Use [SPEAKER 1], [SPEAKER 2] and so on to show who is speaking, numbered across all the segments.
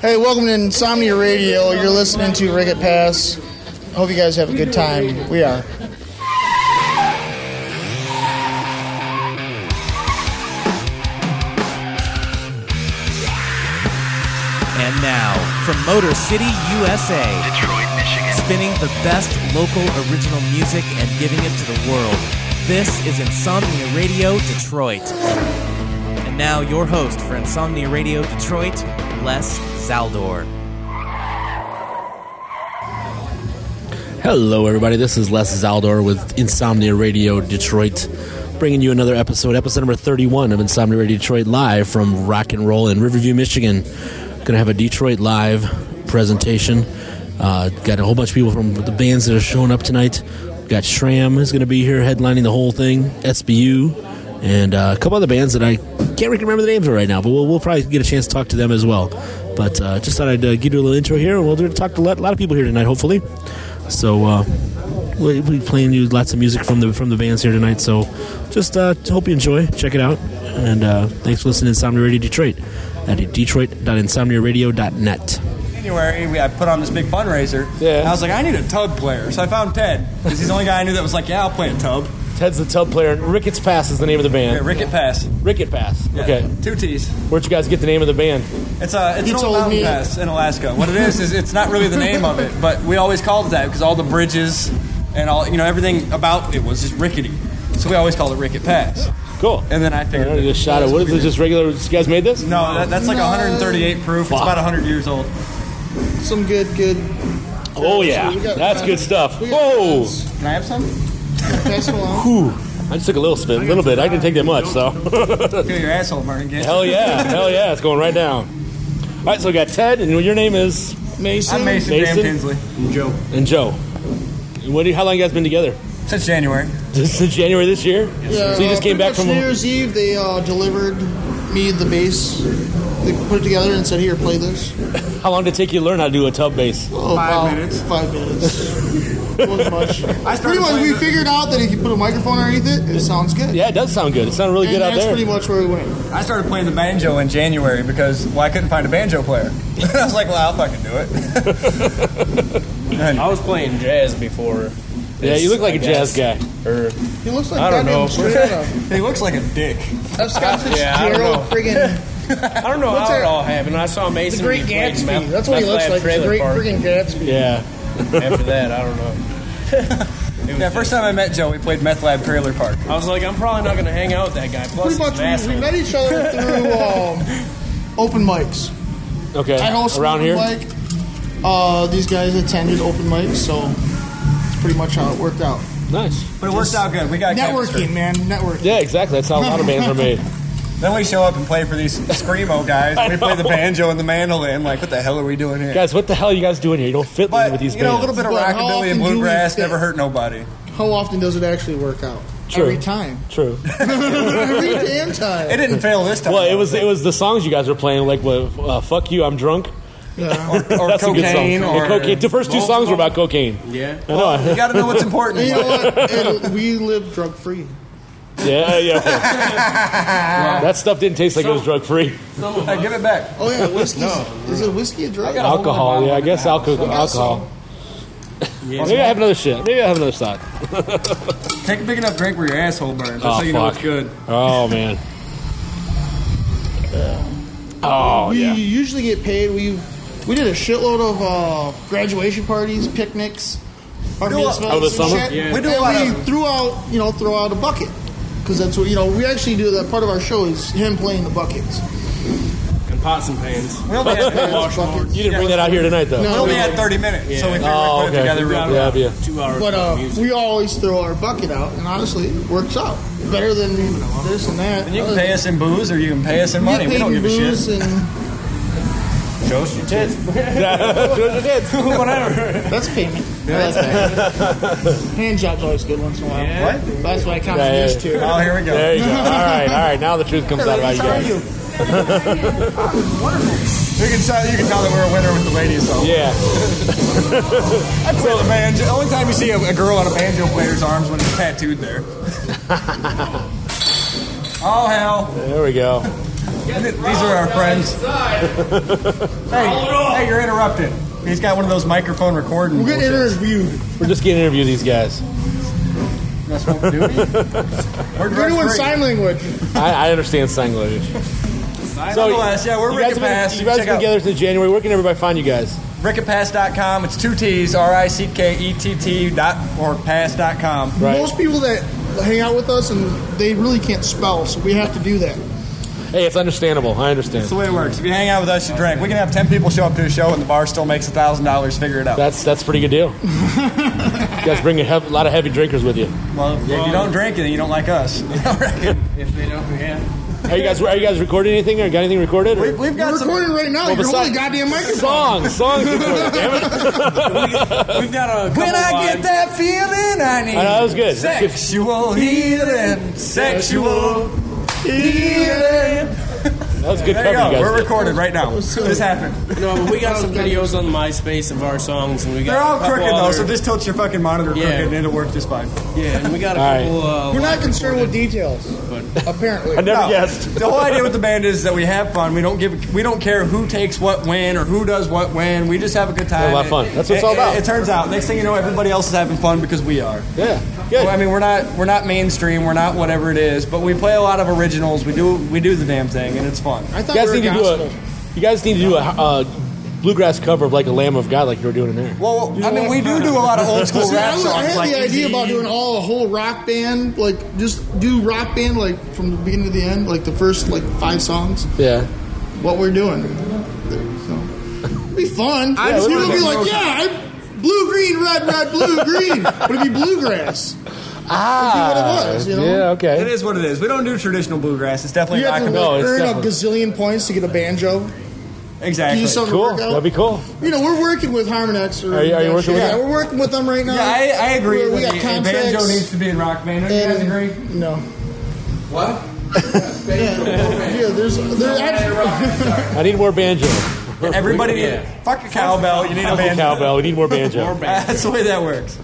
[SPEAKER 1] Hey, welcome to Insomnia Radio. You're listening to Rigged Pass. Hope you guys have a good time. We are.
[SPEAKER 2] And now, from Motor City, USA,
[SPEAKER 3] Detroit, Michigan.
[SPEAKER 2] spinning the best local original music and giving it to the world. This is Insomnia Radio Detroit. And now, your host for Insomnia Radio Detroit, Les Zaldor.
[SPEAKER 4] Hello, everybody. This is Les Zaldor with Insomnia Radio Detroit, bringing you another episode, episode number 31 of Insomnia Radio Detroit, live from Rock and Roll in Riverview, Michigan. Going to have a Detroit Live presentation. Uh, got a whole bunch of people from the bands that are showing up tonight. Got Shram is going to be here headlining the whole thing, SBU, and uh, a couple other bands that I can't really remember the names of right now, but we'll, we'll probably get a chance to talk to them as well. But uh, just thought I'd uh, give you a little intro here, and we'll do- talk to a lot- lot of people here tonight, hopefully. So uh, we we playing you lots of music from the from the bands here tonight. So just uh, hope you enjoy. Check it out, and uh, thanks for listening to Insomnia Radio Detroit at detroit.insomniaradio.net.
[SPEAKER 5] January, we, I put on this big fundraiser. Yeah. I was like, I need a tub player. So I found Ted. 'cause he's the only guy I knew that was like, yeah, I'll play a tub.
[SPEAKER 6] Ted's the tub player. and Ricketts Pass is the name of the
[SPEAKER 5] Yeah,
[SPEAKER 6] band.
[SPEAKER 5] Ricket Pass.
[SPEAKER 6] Ricket Pass.
[SPEAKER 5] Yeah,
[SPEAKER 6] Okay.
[SPEAKER 5] Two T's.
[SPEAKER 6] Where'd you guys get the name of the band?
[SPEAKER 5] It's, a, it's
[SPEAKER 1] He
[SPEAKER 5] an old
[SPEAKER 1] told
[SPEAKER 5] mountain
[SPEAKER 1] me.
[SPEAKER 5] pass in Alaska. What it is, is it's not really the name of it, but we always called it that because all the bridges and all, you know, everything about it was just rickety. So we always called it Ricket Pass.
[SPEAKER 6] Cool.
[SPEAKER 5] And then I
[SPEAKER 6] I
[SPEAKER 5] figured.
[SPEAKER 6] don't know, just shot it. What is it? Just regular? You guys made this?
[SPEAKER 5] No, that, that's like 138 proof. It's about 100 years old.
[SPEAKER 1] Some good, good.
[SPEAKER 6] Oh yeah,
[SPEAKER 1] We got-
[SPEAKER 6] that's good stuff.
[SPEAKER 1] we got
[SPEAKER 6] Whoa!
[SPEAKER 1] friends.
[SPEAKER 5] Can I have some?
[SPEAKER 1] Pass it along.
[SPEAKER 6] I just took a little spit, a little bit. I didn't take that much, so
[SPEAKER 5] Feel your asshole, Martin. Gaye.
[SPEAKER 6] hell yeah, hell yeah, it's going right down. All right, so we got Ted, and your name is
[SPEAKER 1] Mason.
[SPEAKER 5] I'm Mason, Dan
[SPEAKER 6] Mason?
[SPEAKER 5] Tinsley.
[SPEAKER 6] and Joe. And what? Do you, how long you guys been together?
[SPEAKER 5] Since January.
[SPEAKER 6] Since since January this year.
[SPEAKER 1] Yeah,
[SPEAKER 6] so you just
[SPEAKER 1] uh,
[SPEAKER 6] came
[SPEAKER 1] pretty
[SPEAKER 6] back
[SPEAKER 1] much
[SPEAKER 6] from
[SPEAKER 1] New Year's Eve. They uh, delivered me the bass. They put it together and said, "Here, play this."
[SPEAKER 6] how long did it take you to learn how to do a tub bass?
[SPEAKER 1] Oh,
[SPEAKER 5] Five
[SPEAKER 1] about
[SPEAKER 5] minutes.
[SPEAKER 1] Five minutes. Wasn't much.
[SPEAKER 5] I started
[SPEAKER 1] pretty much,
[SPEAKER 5] playing
[SPEAKER 1] we
[SPEAKER 5] the-
[SPEAKER 1] figured out that if you put a microphone underneath it, it sounds good.
[SPEAKER 6] Yeah, it does sound good. It sounded really
[SPEAKER 1] and
[SPEAKER 6] good out
[SPEAKER 1] that's
[SPEAKER 6] there.
[SPEAKER 1] pretty much where we went.
[SPEAKER 5] I started playing the banjo in January because well, I couldn't find a banjo player. I was like, well, I'll fucking do it.
[SPEAKER 7] I was playing jazz before.
[SPEAKER 6] yeah, you look like
[SPEAKER 7] a
[SPEAKER 6] a jazz guy.
[SPEAKER 7] Or
[SPEAKER 1] He looks like
[SPEAKER 7] I don't
[SPEAKER 1] goddamn
[SPEAKER 7] know.
[SPEAKER 1] straight out of
[SPEAKER 5] he looks like a dick.
[SPEAKER 1] Of Scott
[SPEAKER 7] Yeah, I don't
[SPEAKER 1] Fitzgerald, friggin'
[SPEAKER 7] I don't know
[SPEAKER 1] What's
[SPEAKER 7] how
[SPEAKER 1] that?
[SPEAKER 7] it all happened. I saw Mason.
[SPEAKER 1] the Great
[SPEAKER 7] be playing
[SPEAKER 1] Gatsby.
[SPEAKER 7] Meth-
[SPEAKER 1] That's what he
[SPEAKER 7] Meth
[SPEAKER 1] looks
[SPEAKER 7] Lab
[SPEAKER 1] like. The
[SPEAKER 7] Trailer
[SPEAKER 1] Great
[SPEAKER 7] Park.
[SPEAKER 1] friggin' Gatsby.
[SPEAKER 6] Yeah.
[SPEAKER 7] After that, I don't know. It was
[SPEAKER 5] Yeah,
[SPEAKER 7] just-
[SPEAKER 5] first time I met Joe, we played Meth Lab Trailer Park.
[SPEAKER 7] I was like, I'm probably not gonna hang out with that guy. Plus,
[SPEAKER 1] Pretty
[SPEAKER 7] he's an
[SPEAKER 1] much, we, we
[SPEAKER 7] asshole.
[SPEAKER 1] met each other through um, open mics.
[SPEAKER 6] Okay.
[SPEAKER 1] I host
[SPEAKER 6] Around
[SPEAKER 1] an
[SPEAKER 6] here.
[SPEAKER 1] open mic. Uh, these guys attended open mics, so it's pretty much how it worked out.
[SPEAKER 6] Nice.
[SPEAKER 5] But it worked out good. We got chemistry.
[SPEAKER 1] Networking, man, networking.
[SPEAKER 6] Yeah, exactly. That's how a lot of bands are made.
[SPEAKER 5] Then we show up and play for these screamo guys.
[SPEAKER 6] I
[SPEAKER 5] we play the
[SPEAKER 6] know.
[SPEAKER 5] banjo and the mandolin. Like, what the hell are we doing here?
[SPEAKER 6] Guys, what the hell are you guys doing here? You don't fit in
[SPEAKER 5] but
[SPEAKER 6] with these
[SPEAKER 5] you know, a little
[SPEAKER 6] bands.
[SPEAKER 5] bit of
[SPEAKER 1] But how
[SPEAKER 5] rockabilly
[SPEAKER 1] often
[SPEAKER 5] and
[SPEAKER 1] do we
[SPEAKER 5] bluegrass
[SPEAKER 1] fit?
[SPEAKER 5] never hurt nobody.
[SPEAKER 1] How often does it actually work out?
[SPEAKER 6] True.
[SPEAKER 1] Every time.
[SPEAKER 6] True.
[SPEAKER 1] Every damn time.
[SPEAKER 5] It didn't fail this time.
[SPEAKER 6] Well, it was it was the songs you guys were playing, like what, uh, "Fuck You, I'm Drunk."
[SPEAKER 1] Yeah.
[SPEAKER 5] or
[SPEAKER 6] That's a good
[SPEAKER 5] cocaine,
[SPEAKER 6] song.
[SPEAKER 5] or
[SPEAKER 6] And cocaine. The first two songs were about cocaine.
[SPEAKER 7] Yeah.
[SPEAKER 6] I know.
[SPEAKER 5] You got to know what's important.
[SPEAKER 1] You know what? It- we live drug free.
[SPEAKER 6] yeah, yeah. that stuff didn't taste like it was drug free.
[SPEAKER 5] Hey, uh, give it back.
[SPEAKER 1] Oh yeah, whiskey. Is it whiskey a drug?
[SPEAKER 5] got a whole other
[SPEAKER 6] Alcohol.
[SPEAKER 5] bottle
[SPEAKER 6] Yeah, I
[SPEAKER 5] in the
[SPEAKER 6] guess
[SPEAKER 5] house.
[SPEAKER 6] alcohol.
[SPEAKER 1] got some.
[SPEAKER 6] Alcohol. Maybe I have another shit. Maybe I have another shot.
[SPEAKER 5] Take a big enough drink where your asshole burns. That's
[SPEAKER 6] Oh,
[SPEAKER 5] how you know
[SPEAKER 6] fuck.
[SPEAKER 5] it's good.
[SPEAKER 6] Oh man. Oh
[SPEAKER 1] We
[SPEAKER 6] yeah.
[SPEAKER 1] usually get paid. We we did a shitload of uh, graduation parties, picnics, our
[SPEAKER 5] Do a-
[SPEAKER 1] mitzvahs
[SPEAKER 6] Over the
[SPEAKER 1] and
[SPEAKER 6] summer?
[SPEAKER 1] shit.
[SPEAKER 5] We do a
[SPEAKER 1] And
[SPEAKER 5] lot
[SPEAKER 1] we
[SPEAKER 5] of-
[SPEAKER 1] threw out, you know, throw out a bucket because that's what you know. We actually do that part of our show is him playing the buckets.
[SPEAKER 7] And pots and pans.
[SPEAKER 5] We only had,
[SPEAKER 1] Wash buckets.
[SPEAKER 6] You didn't bring that out here tonight, though.
[SPEAKER 5] we only had 30 minutes, so we figured
[SPEAKER 6] Oh,
[SPEAKER 5] we'd put it
[SPEAKER 6] okay.
[SPEAKER 5] together real quick.
[SPEAKER 6] Yeah, yeah.
[SPEAKER 7] Two hours.
[SPEAKER 1] But uh,
[SPEAKER 7] of music.
[SPEAKER 1] we always throw our bucket out, and honestly, it works out better than this and that.
[SPEAKER 5] And you can pay us in booze or you can pay us in
[SPEAKER 1] You get
[SPEAKER 5] money. We
[SPEAKER 1] paid
[SPEAKER 5] don't
[SPEAKER 1] in
[SPEAKER 5] give a
[SPEAKER 1] booze
[SPEAKER 5] shit.
[SPEAKER 1] and
[SPEAKER 5] Show us your tits.
[SPEAKER 7] whatever.
[SPEAKER 1] that's payment. That's payment. Hand job's always good once in a while.
[SPEAKER 7] Yeah.
[SPEAKER 1] That's what I kind
[SPEAKER 6] Yeah,
[SPEAKER 1] of
[SPEAKER 6] yeah.
[SPEAKER 1] used to.
[SPEAKER 5] Oh, here we go.
[SPEAKER 6] There you go. All right, all right. Now the truth comes out about you guys.
[SPEAKER 5] You can tell you can tell that we're a winner with the ladies. So
[SPEAKER 6] Yeah.
[SPEAKER 5] I play the banjo. Only time you see a, a girl on a banjo player's arms when it's tattooed there. oh hell!
[SPEAKER 6] There we go.
[SPEAKER 5] These are our friends. hey, hey, you're interrupted. He's got one of those microphone recording.
[SPEAKER 1] We're getting
[SPEAKER 5] bullshits.
[SPEAKER 1] interviewed.
[SPEAKER 6] We're just getting to interview these guys.
[SPEAKER 5] That's what we're doing. We're
[SPEAKER 1] We're doing
[SPEAKER 5] direct-free.
[SPEAKER 1] sign language.
[SPEAKER 6] I, I understand sign language.
[SPEAKER 5] Nonetheless, yeah, we're
[SPEAKER 6] you
[SPEAKER 5] Rick
[SPEAKER 6] guys have
[SPEAKER 5] and
[SPEAKER 6] been,
[SPEAKER 5] Pass.
[SPEAKER 6] you guys
[SPEAKER 5] Check
[SPEAKER 6] have been
[SPEAKER 5] out
[SPEAKER 6] together since January. Where can everybody find you guys?
[SPEAKER 5] rickandpass.com. It's two T's, R I C K E T T dot or pass.com.
[SPEAKER 6] Right.
[SPEAKER 1] Most people that hang out with us and they really can't spell, so we have to do that.
[SPEAKER 6] Hey, it's understandable. I understand.
[SPEAKER 5] That's the way it works. If you hang out with us, you drink. We can have 10 people show up to a show and the bar still makes $1,000. Figure it out.
[SPEAKER 6] That's that's a pretty good deal. you guys bring a, hev- lot of heavy drinkers with you.
[SPEAKER 5] well, if you don't drink it, then you don't like us.
[SPEAKER 7] If they don't, yeah.
[SPEAKER 6] Are you guys are you guys recording anything or got anything recorded? Or?
[SPEAKER 5] We've, we've got
[SPEAKER 1] We're
[SPEAKER 5] some.
[SPEAKER 1] recording right now.
[SPEAKER 6] Well,
[SPEAKER 1] You're holding
[SPEAKER 6] besides-
[SPEAKER 1] a goddamn microphone.
[SPEAKER 6] Song, song. recorded, damn it.
[SPEAKER 7] We've got a couple
[SPEAKER 5] When I get
[SPEAKER 7] lines.
[SPEAKER 5] that feeling, I need
[SPEAKER 6] I know, that was good. That's good.
[SPEAKER 5] sexual healing. Sexual healing.
[SPEAKER 6] That was a good
[SPEAKER 5] There you
[SPEAKER 6] cover,
[SPEAKER 5] go.
[SPEAKER 6] you
[SPEAKER 5] We're
[SPEAKER 6] guys. did.
[SPEAKER 5] recorded right now. This happened.
[SPEAKER 7] No, but we got some videos on MySpace of our songs, and we got
[SPEAKER 5] They're all
[SPEAKER 7] a couple
[SPEAKER 5] crooked though,
[SPEAKER 7] other-
[SPEAKER 5] so just tilt your fucking monitor
[SPEAKER 7] Yeah.
[SPEAKER 5] crooked and it'll work just fine.
[SPEAKER 7] yeah, and we got a
[SPEAKER 6] All
[SPEAKER 7] couple. Uh,
[SPEAKER 5] Oh,
[SPEAKER 1] We're not
[SPEAKER 7] lines
[SPEAKER 1] concerned with
[SPEAKER 7] recorded.
[SPEAKER 1] details, apparently.
[SPEAKER 6] I never
[SPEAKER 5] No.
[SPEAKER 6] guessed.
[SPEAKER 5] the whole idea with the band is that we have fun. We don't give. We don't care who takes what when or who does what when. We just have a good time.
[SPEAKER 6] Have a lot of fun. That's what it's
[SPEAKER 5] It-
[SPEAKER 6] all about.
[SPEAKER 5] It, it turns out. Next thing you know, everybody else is having fun because we are.
[SPEAKER 6] Yeah, good.
[SPEAKER 5] Well, I mean, we're not we're not mainstream. We're not whatever it is, but we play a lot of originals. We do we do the damn thing, and it's fun.
[SPEAKER 1] I thought
[SPEAKER 6] you guys
[SPEAKER 1] we
[SPEAKER 6] need
[SPEAKER 1] were
[SPEAKER 6] to do
[SPEAKER 1] gospel.
[SPEAKER 6] a. You guys need to do a uh, bluegrass cover of like a Lamb of God, like you were doing in there.
[SPEAKER 5] Well, I mean, we do do a lot of old school
[SPEAKER 1] See, I,
[SPEAKER 5] rap
[SPEAKER 1] was, I
[SPEAKER 5] songs.
[SPEAKER 1] had
[SPEAKER 5] Like
[SPEAKER 1] the idea
[SPEAKER 5] Easy.
[SPEAKER 1] about doing all a whole rock band, like just do rock band, like from the beginning to the end, like the first like five songs.
[SPEAKER 6] Yeah.
[SPEAKER 1] What we're doing, so it'd be fun. I
[SPEAKER 6] just
[SPEAKER 1] people
[SPEAKER 6] wanna
[SPEAKER 1] be
[SPEAKER 6] get
[SPEAKER 1] like, yeah, I'm blue, green, red, red, blue, green, but it'd be bluegrass.
[SPEAKER 6] Ah.
[SPEAKER 1] was, you know?
[SPEAKER 6] Yeah.
[SPEAKER 5] It
[SPEAKER 6] Okay.
[SPEAKER 5] is what it is. We don't do traditional bluegrass. It's definitely
[SPEAKER 1] You have to
[SPEAKER 5] rockabilly.
[SPEAKER 6] No,
[SPEAKER 1] like,
[SPEAKER 6] it's
[SPEAKER 1] earn a
[SPEAKER 6] definitely-
[SPEAKER 1] gazillion points to get a banjo. Give
[SPEAKER 5] Exactly.
[SPEAKER 1] you something
[SPEAKER 6] Cool.
[SPEAKER 1] to work out.
[SPEAKER 6] That'd be cool.
[SPEAKER 1] You know, we're working with Harmonix. Or
[SPEAKER 6] Are you- are you working with
[SPEAKER 1] yeah,
[SPEAKER 6] them?
[SPEAKER 1] we're working with them right now.
[SPEAKER 5] Yeah, I, I agree.
[SPEAKER 1] We, we
[SPEAKER 5] that
[SPEAKER 1] got
[SPEAKER 5] a- a
[SPEAKER 1] contracts.
[SPEAKER 5] banjo needs to be in rock band. Don't you guys
[SPEAKER 1] and-
[SPEAKER 5] agree?
[SPEAKER 1] No.
[SPEAKER 5] What?
[SPEAKER 1] Yeah, yeah there's, there's actually,
[SPEAKER 6] I need more banjo.
[SPEAKER 5] Everybody, fuck a cowbell. You need a
[SPEAKER 6] Fucking
[SPEAKER 5] banjo.
[SPEAKER 6] Cowbell. We need more banjo.
[SPEAKER 7] More
[SPEAKER 6] All
[SPEAKER 7] band.
[SPEAKER 5] That's the way that works.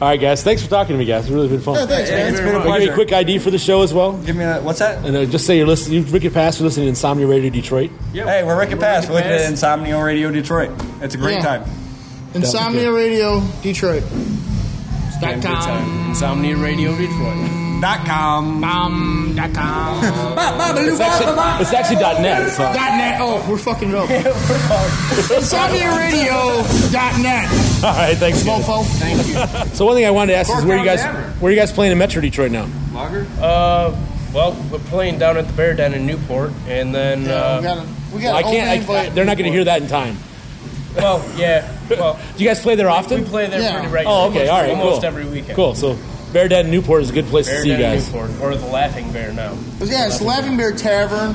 [SPEAKER 6] right, guys. Thanks for talking to me, guys. It's really been fun.
[SPEAKER 1] Yeah, thanks, man.
[SPEAKER 5] It's been a
[SPEAKER 6] Can I Give me
[SPEAKER 5] pleasure.
[SPEAKER 6] a quick ID for the show as well.
[SPEAKER 5] Give me a what's that?
[SPEAKER 6] And uh, just say you're listening. You Rick and Pass, you're listening to Insomnia Radio Detroit.
[SPEAKER 5] Hey, we're Rick and Pass. We're looking at
[SPEAKER 7] Pass.
[SPEAKER 5] Insomnia Radio Detroit. It's a great
[SPEAKER 1] Yeah.
[SPEAKER 5] time.
[SPEAKER 1] Insomnia Radio, Detroit.
[SPEAKER 7] Damn good time. Insomnia Radio Detroit.
[SPEAKER 5] Dot com.
[SPEAKER 1] Um, dot com.
[SPEAKER 6] It's actually, it's uh, actually .net. So.
[SPEAKER 1] dot net. Oh, we're fucking it up. Insomnia Radio dot net.
[SPEAKER 6] All right, thanks. guys.
[SPEAKER 1] Mofo.
[SPEAKER 7] Thank you.
[SPEAKER 6] So one thing I wanted to ask is where you guys
[SPEAKER 5] County Hammer.
[SPEAKER 6] where you guys playing in Metro Detroit now?
[SPEAKER 7] Uh, well, we're playing down at the Bear down in Newport, and then
[SPEAKER 1] Yeah,
[SPEAKER 7] uh,
[SPEAKER 1] we got a, we got
[SPEAKER 6] I
[SPEAKER 1] an open
[SPEAKER 6] can't. I,
[SPEAKER 1] invite.
[SPEAKER 6] I, they're not going to hear that in time.
[SPEAKER 7] well, yeah, well,
[SPEAKER 6] Do you guys play there
[SPEAKER 7] we
[SPEAKER 6] often?
[SPEAKER 7] play there
[SPEAKER 1] Yeah.
[SPEAKER 7] pretty regularly.
[SPEAKER 6] Oh, okay. All right.
[SPEAKER 7] almost
[SPEAKER 6] cool.
[SPEAKER 7] every weekend.
[SPEAKER 6] Cool. So Bear Dead in Newport is a good place
[SPEAKER 7] Bear
[SPEAKER 6] to see you
[SPEAKER 7] down in
[SPEAKER 6] guys.
[SPEAKER 7] Newport, or the Laughing Bear now.
[SPEAKER 1] yeah, it's Laughing Bear Tavern,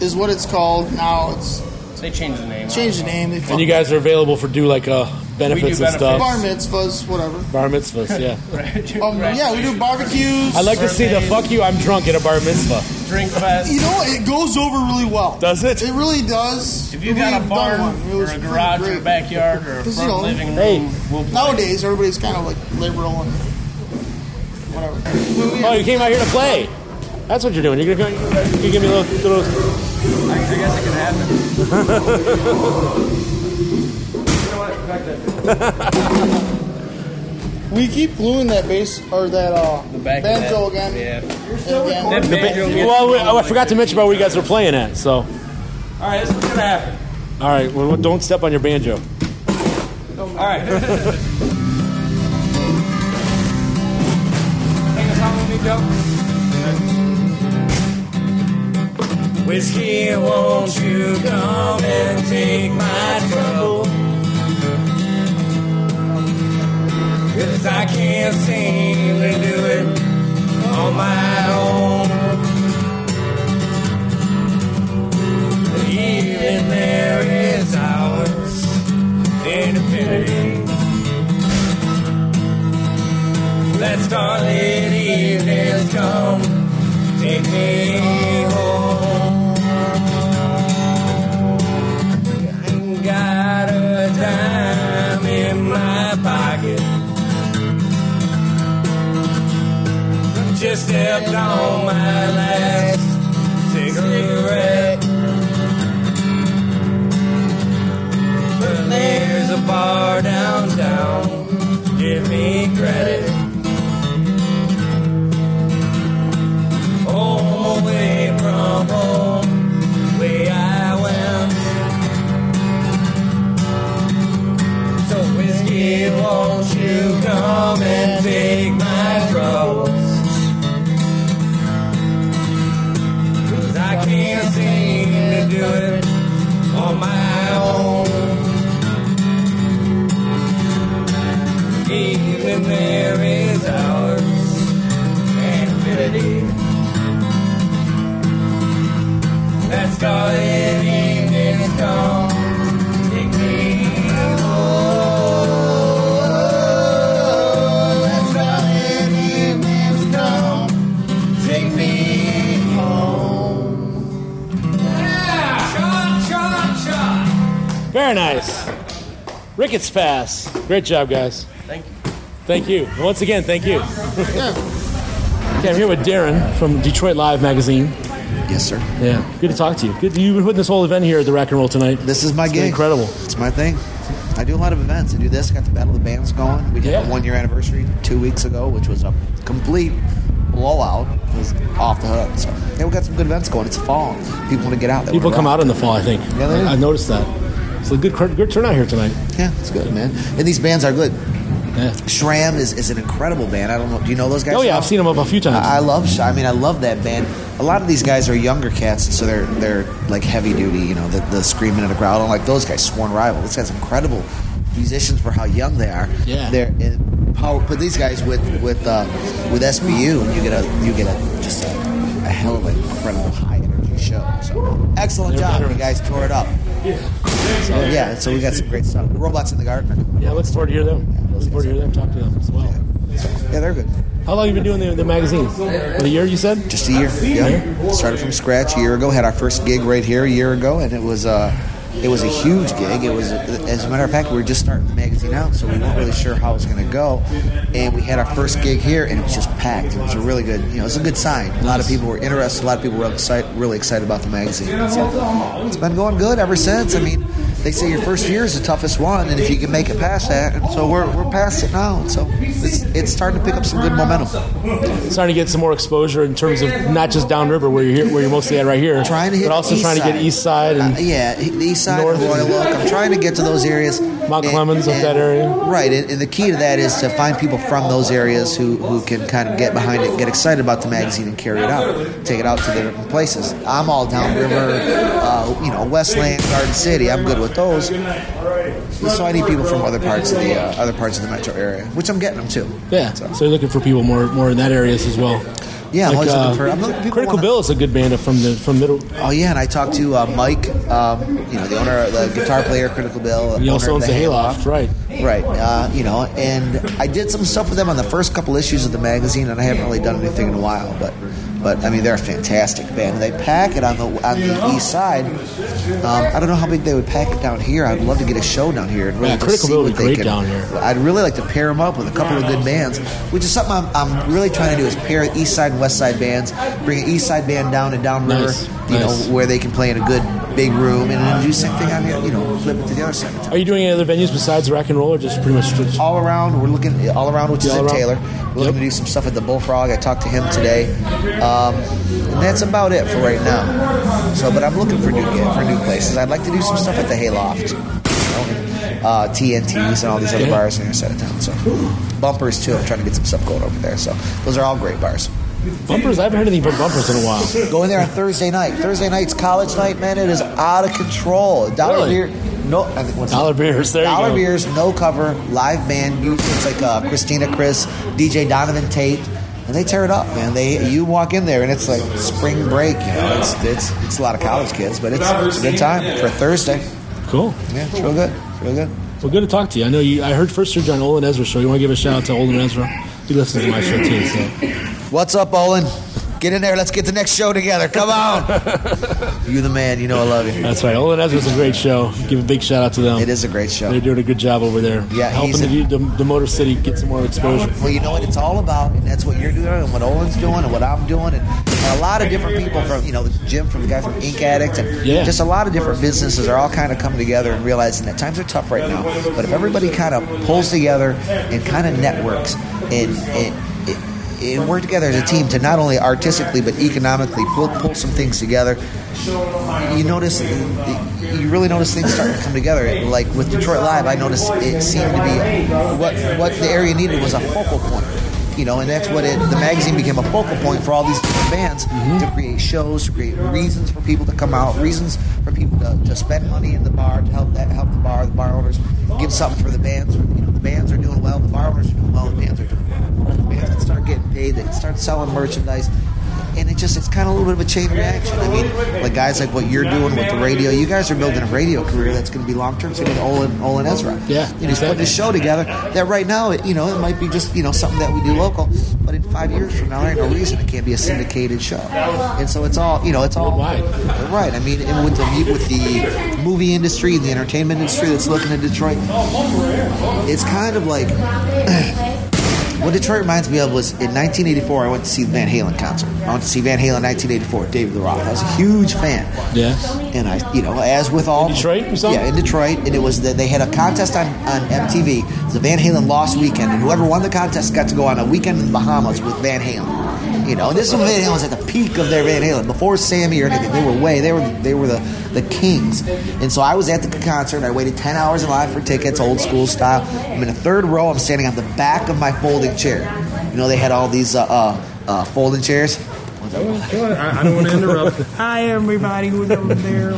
[SPEAKER 1] is what it's called now. It's
[SPEAKER 7] They changed the name.
[SPEAKER 1] changed the name. They
[SPEAKER 6] And
[SPEAKER 1] fucked
[SPEAKER 6] you guys are available for do like uh, benefits and
[SPEAKER 7] benefits.
[SPEAKER 1] up. bar
[SPEAKER 6] stuff.
[SPEAKER 1] mitzvahs, whatever.
[SPEAKER 6] Bar mitzvahs. Yeah.
[SPEAKER 1] Um, yeah, we do barbecues.
[SPEAKER 6] I like to see the
[SPEAKER 7] Birthdays.
[SPEAKER 6] fuck you. I'm drunk at a bar mitzvah.
[SPEAKER 7] drink fest.
[SPEAKER 1] You know, what? it goes over really well.
[SPEAKER 6] Does it?
[SPEAKER 1] It really does.
[SPEAKER 7] If you got a
[SPEAKER 1] We've done
[SPEAKER 7] barn
[SPEAKER 1] one. It
[SPEAKER 7] or
[SPEAKER 1] was
[SPEAKER 7] a
[SPEAKER 1] pretty
[SPEAKER 7] garage or a
[SPEAKER 1] great.
[SPEAKER 7] backyard or a
[SPEAKER 1] Because,
[SPEAKER 7] front
[SPEAKER 1] you know,
[SPEAKER 7] living room,
[SPEAKER 6] hey,
[SPEAKER 7] we'll play.
[SPEAKER 1] Nowadays, everybody's kind of like liberal and whatever.
[SPEAKER 6] Oh, you came out here to play. That's what you're doing. You're gonna come, you give me a little, little.
[SPEAKER 5] I, I guess it could happen.
[SPEAKER 1] We keep gluing that bass or that uh,
[SPEAKER 7] The back of
[SPEAKER 1] banjo
[SPEAKER 7] that-
[SPEAKER 1] again.
[SPEAKER 7] Yeah.
[SPEAKER 1] and again.
[SPEAKER 7] That banjo gets
[SPEAKER 6] Well, we,
[SPEAKER 7] blown
[SPEAKER 6] oh, I
[SPEAKER 7] like
[SPEAKER 6] forgot to mention about where you guys were playing at. So, all
[SPEAKER 5] All right, this is gonna happen.
[SPEAKER 6] right. Well, don't step on your banjo.
[SPEAKER 5] All right. Sing a song with me, Joe.
[SPEAKER 7] Whiskey, won't you come and take my trouble? Cause I can't seem to do it on my own. Even there is hours in infinity. Let starlit evenings come, take me home. I ain't got a dime in my pocket. Just stepped on my last cigarette. the bar downtown. Give me credit. Home away from home, way I went. So whiskey, won't you come and take my troubles? Cause I can't seem to do it on my own. Even there is hours and infinity. That starlit evening's come. Take me home. That starlit evening's come. Take me home. Yeah! Shot, shot, shot!
[SPEAKER 6] Very nice. Ricketts pass. Great job, guys. Thank you. Thank you. And once again, thank you. okay, I'm here with Darren from Detroit Live magazine.
[SPEAKER 3] Yes, sir.
[SPEAKER 6] Yeah, good to talk to you. Good, you've been putting this whole event here at the Rock and Roll tonight.
[SPEAKER 3] This is my
[SPEAKER 6] It's been
[SPEAKER 3] gig.
[SPEAKER 6] incredible.
[SPEAKER 3] It's my thing. I do a lot of events. I do this. Got the Battle of the Bands going. We did
[SPEAKER 6] Yeah.
[SPEAKER 3] a one year anniversary two weeks ago, which was a complete blowout. It was off the hook. So yeah, we got some good events going. It's fall. People want to get out. They
[SPEAKER 6] People
[SPEAKER 3] wanna
[SPEAKER 6] come
[SPEAKER 3] rock.
[SPEAKER 6] out in the fall, I think.
[SPEAKER 3] Yeah, they do.
[SPEAKER 6] I, I noticed that. So good, cur- good turnout here tonight.
[SPEAKER 3] Yeah, it's good, man. And these bands are good.
[SPEAKER 6] Yeah.
[SPEAKER 3] Shram is, is an incredible band. I don't know. Do you know those guys?
[SPEAKER 6] Oh yeah,
[SPEAKER 3] now?
[SPEAKER 6] I've seen them up a few times.
[SPEAKER 3] I I love. Sh- I mean, I love that band. A lot of these guys are younger cats, so they're they're like heavy duty. You know, the, the screaming and the growling. Like those guys, Sworn Rival. This guy's incredible musicians for how young they are.
[SPEAKER 6] Yeah.
[SPEAKER 3] they're and power. Put these guys with with uh, with SBU, and you get a you get a just a, a hell of an incredible high energy show. So excellent
[SPEAKER 6] They're
[SPEAKER 3] job,
[SPEAKER 6] veterans.
[SPEAKER 3] you guys tore it up. Yeah. So yeah, so we got some great stuff. Robots in the Garden. are coming
[SPEAKER 6] yeah,
[SPEAKER 3] up.
[SPEAKER 6] looking forward to hear them. Looking forward to hear them. Talk to them as well.
[SPEAKER 3] yeah, they're good.
[SPEAKER 6] How long have you been doing the, the magazine? About a year, you said?
[SPEAKER 3] Just a year. Yeah. Started from scratch a year ago. Had our first gig right here a year ago, and it was uh, it was a huge gig. It was, as a matter of fact, we were just starting the magazine out, so we weren't really sure how it was going to go. And we had our first gig here, and it was just packed. It was a really good, you know, it's a good sign. A lot of people were interested. A lot of people were excited, really excited about the magazine. So it's been going good ever since. I mean, they say your first year is the toughest one, and if you can make it past that, and so we're, we're past it now. So it's, it's starting to pick up some good momentum.
[SPEAKER 6] Starting to get some more exposure in terms of not just downriver where you're here, where you're mostly at right here,
[SPEAKER 3] trying to hit
[SPEAKER 6] but also
[SPEAKER 3] east
[SPEAKER 6] trying to get east side and
[SPEAKER 3] Uh, yeah the east side
[SPEAKER 6] north.
[SPEAKER 3] of Royal Oak I'm trying to get to those areas Mount
[SPEAKER 6] Clemens, up that area.
[SPEAKER 3] right and, and the key to that is to find people from those areas who, who can kind of get behind it get excited about the magazine and carry it out take it out to the different places I'm all downriver uh, you know Westland Garden City I'm good with those so I need people from other parts of the uh, other parts of the metro area which I'm getting them too
[SPEAKER 6] yeah. So you're looking for people more more in that areas as well.
[SPEAKER 3] Yeah, I'm
[SPEAKER 6] Like,
[SPEAKER 3] always looking
[SPEAKER 6] uh,
[SPEAKER 3] for- I'm looking for people
[SPEAKER 6] Critical
[SPEAKER 3] wanna-
[SPEAKER 6] Bill is a good band from the from middle.
[SPEAKER 3] Oh yeah, and I talked to uh, Mike, um, you know, the owner, of the guitar player, Critical Bill.
[SPEAKER 6] He also
[SPEAKER 3] owner
[SPEAKER 6] owns
[SPEAKER 3] of
[SPEAKER 6] the Hayloft, right?
[SPEAKER 3] Right, uh, you know, and I did some stuff with them on the first couple issues of the magazine, and I haven't really done anything in a while. But, but I mean, they're a fantastic band. They pack it on the on the east side. Um, I don't know how big they would pack it down here. I'd love to get a show down here. And really
[SPEAKER 6] Yeah,
[SPEAKER 3] just
[SPEAKER 6] Critical
[SPEAKER 3] see
[SPEAKER 6] Bill would
[SPEAKER 3] what
[SPEAKER 6] be
[SPEAKER 3] they
[SPEAKER 6] great
[SPEAKER 3] can-
[SPEAKER 6] down here.
[SPEAKER 3] I'd really like to pair them up with a couple of good bands, which is something I'm, I'm really trying to do is pair east side and west side bands, bring an east side band down to downriver,
[SPEAKER 6] Nice,
[SPEAKER 3] you
[SPEAKER 6] nice.
[SPEAKER 3] know, where they can play in a good big room, and then do the same thing on the you know, flip it to the other side.
[SPEAKER 6] Are you doing any other venues besides Rock and Roll, or just pretty much? Just,
[SPEAKER 3] all around. We're looking all around, which is
[SPEAKER 6] All
[SPEAKER 3] in
[SPEAKER 6] around.
[SPEAKER 3] Taylor. We're looking to do some stuff at the Bullfrog. I talked to him today. Um, and that's about it for right now. So, but I'm looking for new for new places. I'd like to do some stuff at the Hayloft, you know, uh, TNTs, and all these other
[SPEAKER 6] Yeah.
[SPEAKER 3] bars in the side of town. So, bumpers too. I'm trying to get some stuff going over there. So, those are all great bars.
[SPEAKER 6] bumpers? I haven't heard anything but bumpers in a while.
[SPEAKER 3] Go in there on Thursday night. Thursday night's college night, man. It is out of control. Dollar
[SPEAKER 6] Really?
[SPEAKER 3] beer, no. I think what's
[SPEAKER 6] Dollar beers. There
[SPEAKER 3] Dollar
[SPEAKER 6] you go.
[SPEAKER 3] beers, no cover, live band. You, it's like uh, Christina Chris, DJ Donovan Tate, and they tear it up, man. They you walk in there and it's like spring break. You know, it's it's, it's a lot of college kids, but it's, it's a good time for Thursday.
[SPEAKER 6] Cool.
[SPEAKER 3] Yeah, it's real good, It's real good.
[SPEAKER 6] Well, good to talk to you. I know you. I heard first you're on Olin Ezra show. You want to give a shout out to Olin Ezra? He listens to my show too. So
[SPEAKER 3] What's up, Olin? Get in there. Let's get the next show together. Come on. you the man. You know I love you.
[SPEAKER 6] That's right. Olin Ezra's a great show. Give a big shout out to them.
[SPEAKER 3] It is a great show.
[SPEAKER 6] They're doing a good job over there.
[SPEAKER 3] Yeah,
[SPEAKER 6] helping
[SPEAKER 3] he's
[SPEAKER 6] the,
[SPEAKER 3] a-
[SPEAKER 6] the, the Motor City get some more exposure.
[SPEAKER 3] Well, you know what it's all about, and that's what you're doing, and what Owen's doing, and what I'm doing, and, and a lot of different people from you know Jim, from the guy from Ink Addict, and
[SPEAKER 6] Yeah.
[SPEAKER 3] just a lot of different businesses are all kind of coming together and realizing that times are tough right now. But if everybody kind of pulls together and kind of networks and. and, and and work together as a team to not only artistically but economically pull, pull some things together. You notice, you really notice things starting to come together. Like with Detroit Live, I noticed it seemed to be what what the area needed was a focal point. You know, and that's what it, the magazine became a focal point for all these different bands to create shows, to create reasons for people to come out, reasons for people to, to spend money in the bar, to help that help the bar, the bar owners, give something for the bands. You know, the bands are doing well, the bar owners are doing well, the bands are doing well bands can start getting paid, they can start selling merchandise. And it just it's kind of a little bit of a chain reaction. I mean, like guys like what you're doing with the radio, you guys are building a radio career that's going to be long term. So you need Olin, Olin Ezra.
[SPEAKER 6] Yeah,
[SPEAKER 3] you know, he's putting a show together that right now, it, you know, it might be just you know something that we do local, but in five years from now, there ain't no reason it can't be a syndicated show. And so it's all you know, it's all
[SPEAKER 6] Worldwide.
[SPEAKER 3] Right. I mean, and with the mu- with the movie industry, the entertainment industry that's looking at Detroit, it's kind of like what Detroit reminds me of was in 1984, I went to see the Van Halen concert. I went to see Van Halen in 1984, David Lee Roth. I was a huge fan.
[SPEAKER 6] Yeah.
[SPEAKER 3] And I, you know, as with all.
[SPEAKER 6] In Detroit you saw?
[SPEAKER 3] Yeah, in Detroit. And it was that they had a contest on, on MTV. It was the Van Halen Lost Weekend. And whoever won the contest got to go on a weekend in the Bahamas with Van Halen. You know, and this is when Van Halen was at the peak of their Van Halen. Before Sammy or anything, they were way, they were they were the, the kings. And so I was at the concert. I waited 10 hours in line for tickets, old school style. I'm in the third row. I'm standing on the back of my folding chair. You know, they had all these uh, uh, uh, folding chairs.
[SPEAKER 8] I, I don't want to interrupt. Hi, everybody who's over there.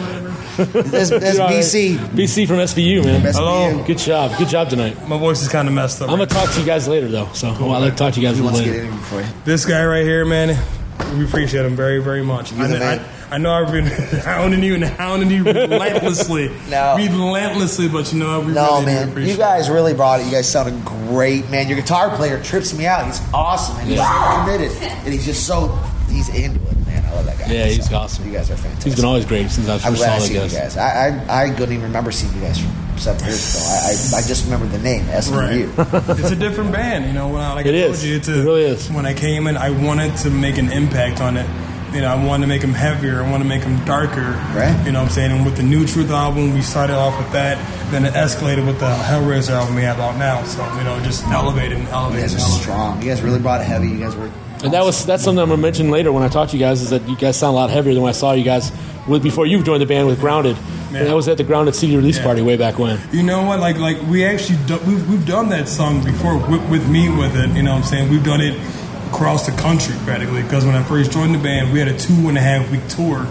[SPEAKER 3] That's, that's BC.
[SPEAKER 6] BC from SVU, man.
[SPEAKER 8] Hello.
[SPEAKER 6] Good job. Good job tonight.
[SPEAKER 8] My voice is kind of messed up.
[SPEAKER 6] I'm gonna talk to you guys later, though. So well, I'd like to talk to you guys
[SPEAKER 3] He
[SPEAKER 6] a
[SPEAKER 3] wants
[SPEAKER 6] little
[SPEAKER 3] to get
[SPEAKER 6] later.
[SPEAKER 3] an interview for you.
[SPEAKER 8] this guy right here, man, we appreciate him very, very much. I,
[SPEAKER 3] the
[SPEAKER 8] kn-
[SPEAKER 3] man.
[SPEAKER 8] I, I know I've been hounding you and hounding you relentlessly,
[SPEAKER 3] No.
[SPEAKER 8] relentlessly, but you know we
[SPEAKER 3] No,
[SPEAKER 8] really do
[SPEAKER 3] man.
[SPEAKER 8] appreciate
[SPEAKER 3] You guys really brought it. You guys sounded great, man. Your guitar player trips me out. He's awesome, and he's so committed, and he's just so he's into it, man. I love that guy.
[SPEAKER 6] Yeah, he's
[SPEAKER 3] So,
[SPEAKER 6] awesome.
[SPEAKER 3] You guys are fantastic.
[SPEAKER 6] He's been always great since I
[SPEAKER 3] I'm
[SPEAKER 6] first
[SPEAKER 3] glad I
[SPEAKER 6] saw the
[SPEAKER 3] see you
[SPEAKER 6] guys.
[SPEAKER 3] guys. I, I I couldn't even remember seeing you guys from seven years ago. I I, I just remember the name
[SPEAKER 8] Right.
[SPEAKER 3] SVU.
[SPEAKER 8] it's a different band, you know. When I, like
[SPEAKER 6] It
[SPEAKER 8] I
[SPEAKER 6] is.
[SPEAKER 8] told you, it's a,
[SPEAKER 6] It really is.
[SPEAKER 8] When I came in, I wanted to make an impact on it. You know, I wanted to make them heavier. I wanted to make them darker.
[SPEAKER 3] Right.
[SPEAKER 8] You know what I'm saying? And with the New Truth album, we started off with that. Then it escalated with the Hellraiser album we have out now. So, you know, just elevated and
[SPEAKER 3] You
[SPEAKER 8] elevated
[SPEAKER 3] guys
[SPEAKER 8] and
[SPEAKER 3] are
[SPEAKER 8] elevated.
[SPEAKER 3] strong. You guys really brought it heavy. You guys were.
[SPEAKER 6] And that was that's something I'm gonna mention later when I talk to you guys is that you guys sound a lot heavier than when I saw you guys with before you joined the band with Grounded.
[SPEAKER 8] Yeah.
[SPEAKER 6] And that was at the Grounded CD release
[SPEAKER 8] Yeah.
[SPEAKER 6] party way back when.
[SPEAKER 8] You know what? Like, like we actually do, we've, we've done that song before with, with me with it. You know what I'm saying? We've done it across the country practically because when I first joined the band, we had a two and a half week tour,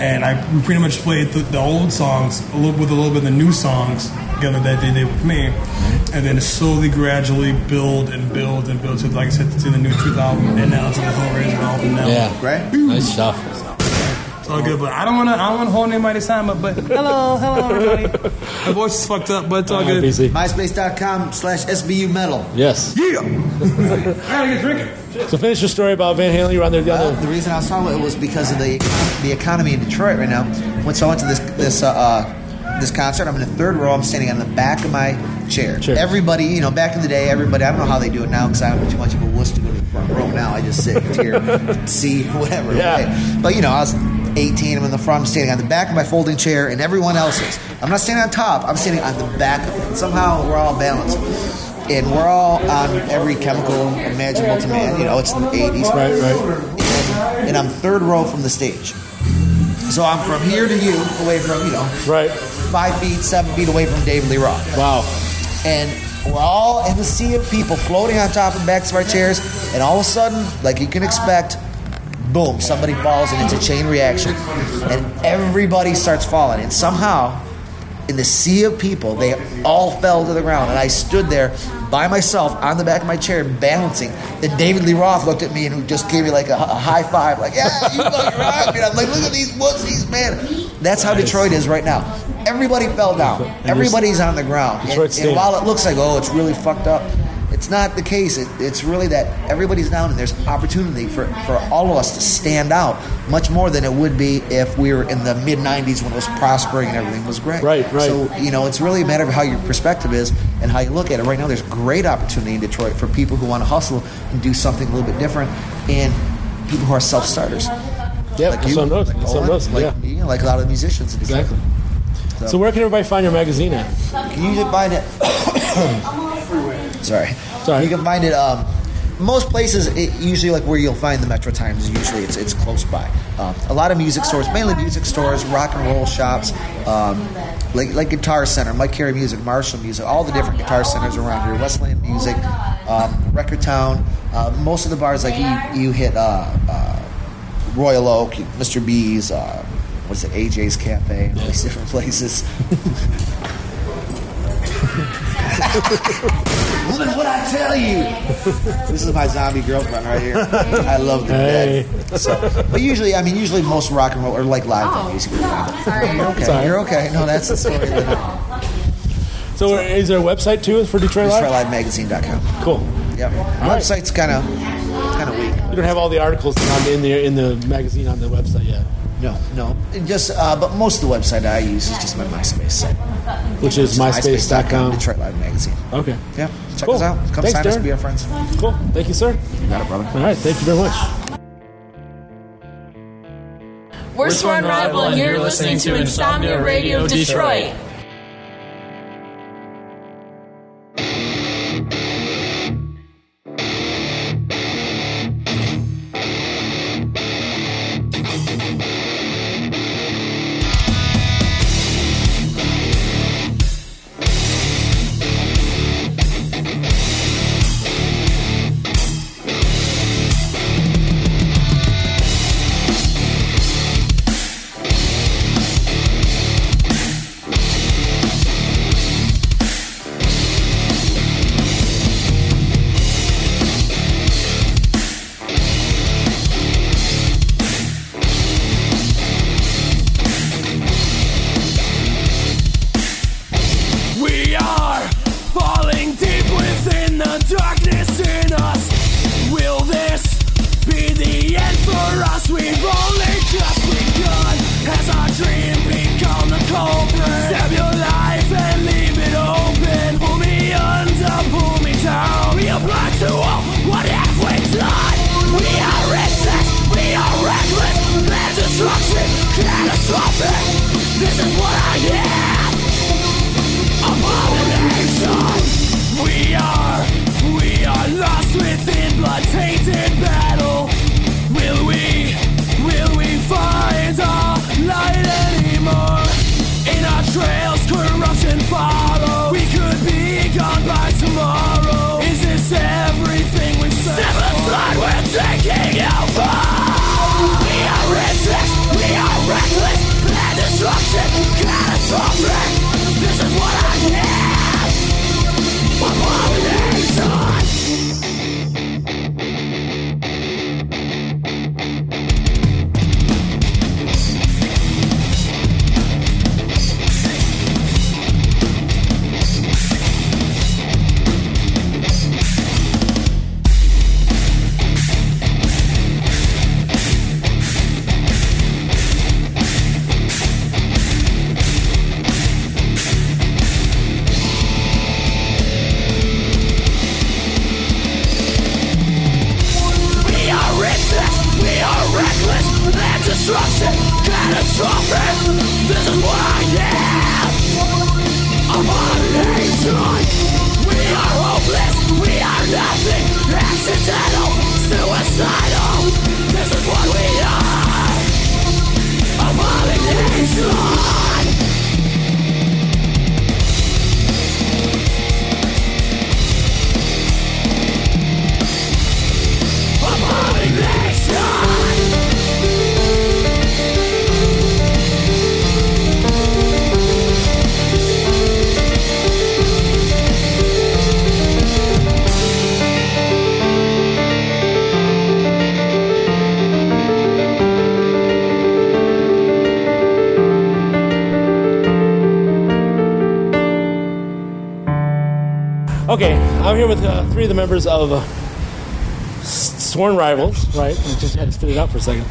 [SPEAKER 8] and I we pretty much played the, the old songs a little with a little bit of the new songs together that they did with me, and then slowly, gradually build and build and build to like I said to the new Truth album and now to the Hellraiser album now.
[SPEAKER 6] Yeah.
[SPEAKER 3] Right.
[SPEAKER 6] Nice stuff.
[SPEAKER 8] It's all good, but I don't want to. I don't want to hold anybody's time up. But hello, hello, everybody. My voice is fucked up, but it's all
[SPEAKER 6] Hi,
[SPEAKER 8] good.
[SPEAKER 6] BC.
[SPEAKER 3] MySpace.com slash SBU metal.
[SPEAKER 6] Yes.
[SPEAKER 8] I gotta get drinking.
[SPEAKER 6] So finish your story about Van Halen. You were on there the
[SPEAKER 3] Well,
[SPEAKER 6] other.
[SPEAKER 3] the reason I was talking about it was because of the the economy in Detroit right now. Once I went to this this uh, uh, this concert, I'm in the third row. I'm standing on the back of my chair.
[SPEAKER 6] Sure.
[SPEAKER 3] Everybody, you know, back in the day, everybody. I don't know how they do it now because I'm too much of a wuss to go to the front row now. I just sit here, see whatever.
[SPEAKER 6] Yeah.
[SPEAKER 3] Right? But you know, I was 18. I'm in the front. I'm standing on the back of my folding chair, and everyone else's. I'm not standing on top. I'm standing on the back of it. Somehow we're all balanced. And we're all on every chemical imaginable to man. You know, it's the 80s
[SPEAKER 6] Right, right.
[SPEAKER 3] and I'm third row from the stage. So I'm from here to you, away from, you know,
[SPEAKER 6] Right.
[SPEAKER 3] five feet, seven feet away from David Lee Roth.
[SPEAKER 6] Wow.
[SPEAKER 3] And we're all in the sea of people floating on top and backs of our chairs, and all of a sudden, like you can expect, boom, somebody falls, and it's a chain reaction. And everybody starts falling, and somehow, in the sea of people, they all fell to the ground, and I stood there by myself on the back of my chair balancing. And David Lee Roth looked at me and just gave me like a, a high five, like, "Yeah, you fucking rock!" And I'm like, "Look at these wussies, man." That's how Detroit is right now. Everybody fell down.
[SPEAKER 6] you're-
[SPEAKER 3] Everybody's on the ground. And-
[SPEAKER 6] Detroit's
[SPEAKER 3] and
[SPEAKER 6] state.
[SPEAKER 3] while it looks like oh, it's really fucked up, it's It's not the case. It, it's really that everybody's down and there's opportunity for, for all of us to stand out much more than it would be if we were in the mid 90s when it was prospering and everything was great.
[SPEAKER 6] Right, right.
[SPEAKER 3] So, you know, it's really a matter of how your perspective is and how you look at it. Right now, there's great opportunity in Detroit for people who want to hustle and do something a little bit different and people who are self starters.
[SPEAKER 6] Yeah,
[SPEAKER 3] Like
[SPEAKER 6] that's
[SPEAKER 3] you,
[SPEAKER 6] what I'm noticing.
[SPEAKER 3] like
[SPEAKER 6] That's what I'm
[SPEAKER 3] Owen,
[SPEAKER 6] noticing.
[SPEAKER 3] like,
[SPEAKER 6] yeah,
[SPEAKER 3] you know, like a lot of musicians. in Detroit.
[SPEAKER 6] exactly. So where can everybody find your magazine at?
[SPEAKER 3] You can find it. Sorry.
[SPEAKER 6] Sorry.
[SPEAKER 3] You can find it. Um, most places, it, usually like where you'll find the Metro Times, usually it's it's close by. Um, a lot of music stores, mainly music stores, rock and roll shops, um, like like Guitar Center, Mike Carey Music, Marshall Music, all the different guitar centers around here, Westland Music, um, Record Town. Uh, most of the bars like you you hit. Uh, uh, Royal Oak, Mr. B's, uh, what's it, AJ's Cafe, all these different places. Look what I tell you! This is my zombie girlfriend right here. I love the
[SPEAKER 6] Hey.
[SPEAKER 3] dead. So, but usually, I mean, usually most rock and roll or like live venues. You're okay. You're okay. No, that's the story. That
[SPEAKER 6] So where, is there a website too for Detroit Live?
[SPEAKER 3] DetroitLiveMagazine.com.
[SPEAKER 6] Cool.
[SPEAKER 3] Yep. Website's kind of kind of weak.
[SPEAKER 6] You don't have all the articles on, in the in the magazine on the website yet,
[SPEAKER 3] No, no. It Just, uh, but most of the website I use is just my MySpace site.
[SPEAKER 6] which is myspace.com.
[SPEAKER 3] Detroit Live Magazine.
[SPEAKER 6] Okay.
[SPEAKER 3] Yeah, check
[SPEAKER 6] Cool.
[SPEAKER 3] us out. Come
[SPEAKER 6] Thanks,
[SPEAKER 3] sign us,
[SPEAKER 6] Darren.
[SPEAKER 3] be our friends.
[SPEAKER 6] Cool. Thank you, sir.
[SPEAKER 3] You got it, brother.
[SPEAKER 6] All right. Thank you very much.
[SPEAKER 9] We're Swan Rival, and you're listening to Insomnia Radio Detroit.
[SPEAKER 7] We are falling deep within the darkness in us. Will this be the end for us? We've only just begun. Has our dream become the culprit? Stab your life and leave it open. Pull me under, pull me down. We apply to all. What have we done? We are reckless. We are reckless. Mass destruction, catastrophic. This is what I am. Abomination. We are, we are lost within blood-tainted battle. Will we, will we find our light anymore? In our trails, corruption follow. We could be gone by tomorrow. Is this everything we say? Step aside, we're taking our fall. We are restless, we are reckless. Plan destruction, catastrophic. This is what I am. Abomination. We are restless, we are reckless. Land destruction, catastrophic. This is what I am. Abomination. We are hopeless, we are nothing. Accidental, suicidal. This is what we are. Abomination. Abomination.
[SPEAKER 6] All Okay, I'm here with uh, three of the members of uh, S- Sworn Rivals, right? I just had to spit it out for a second.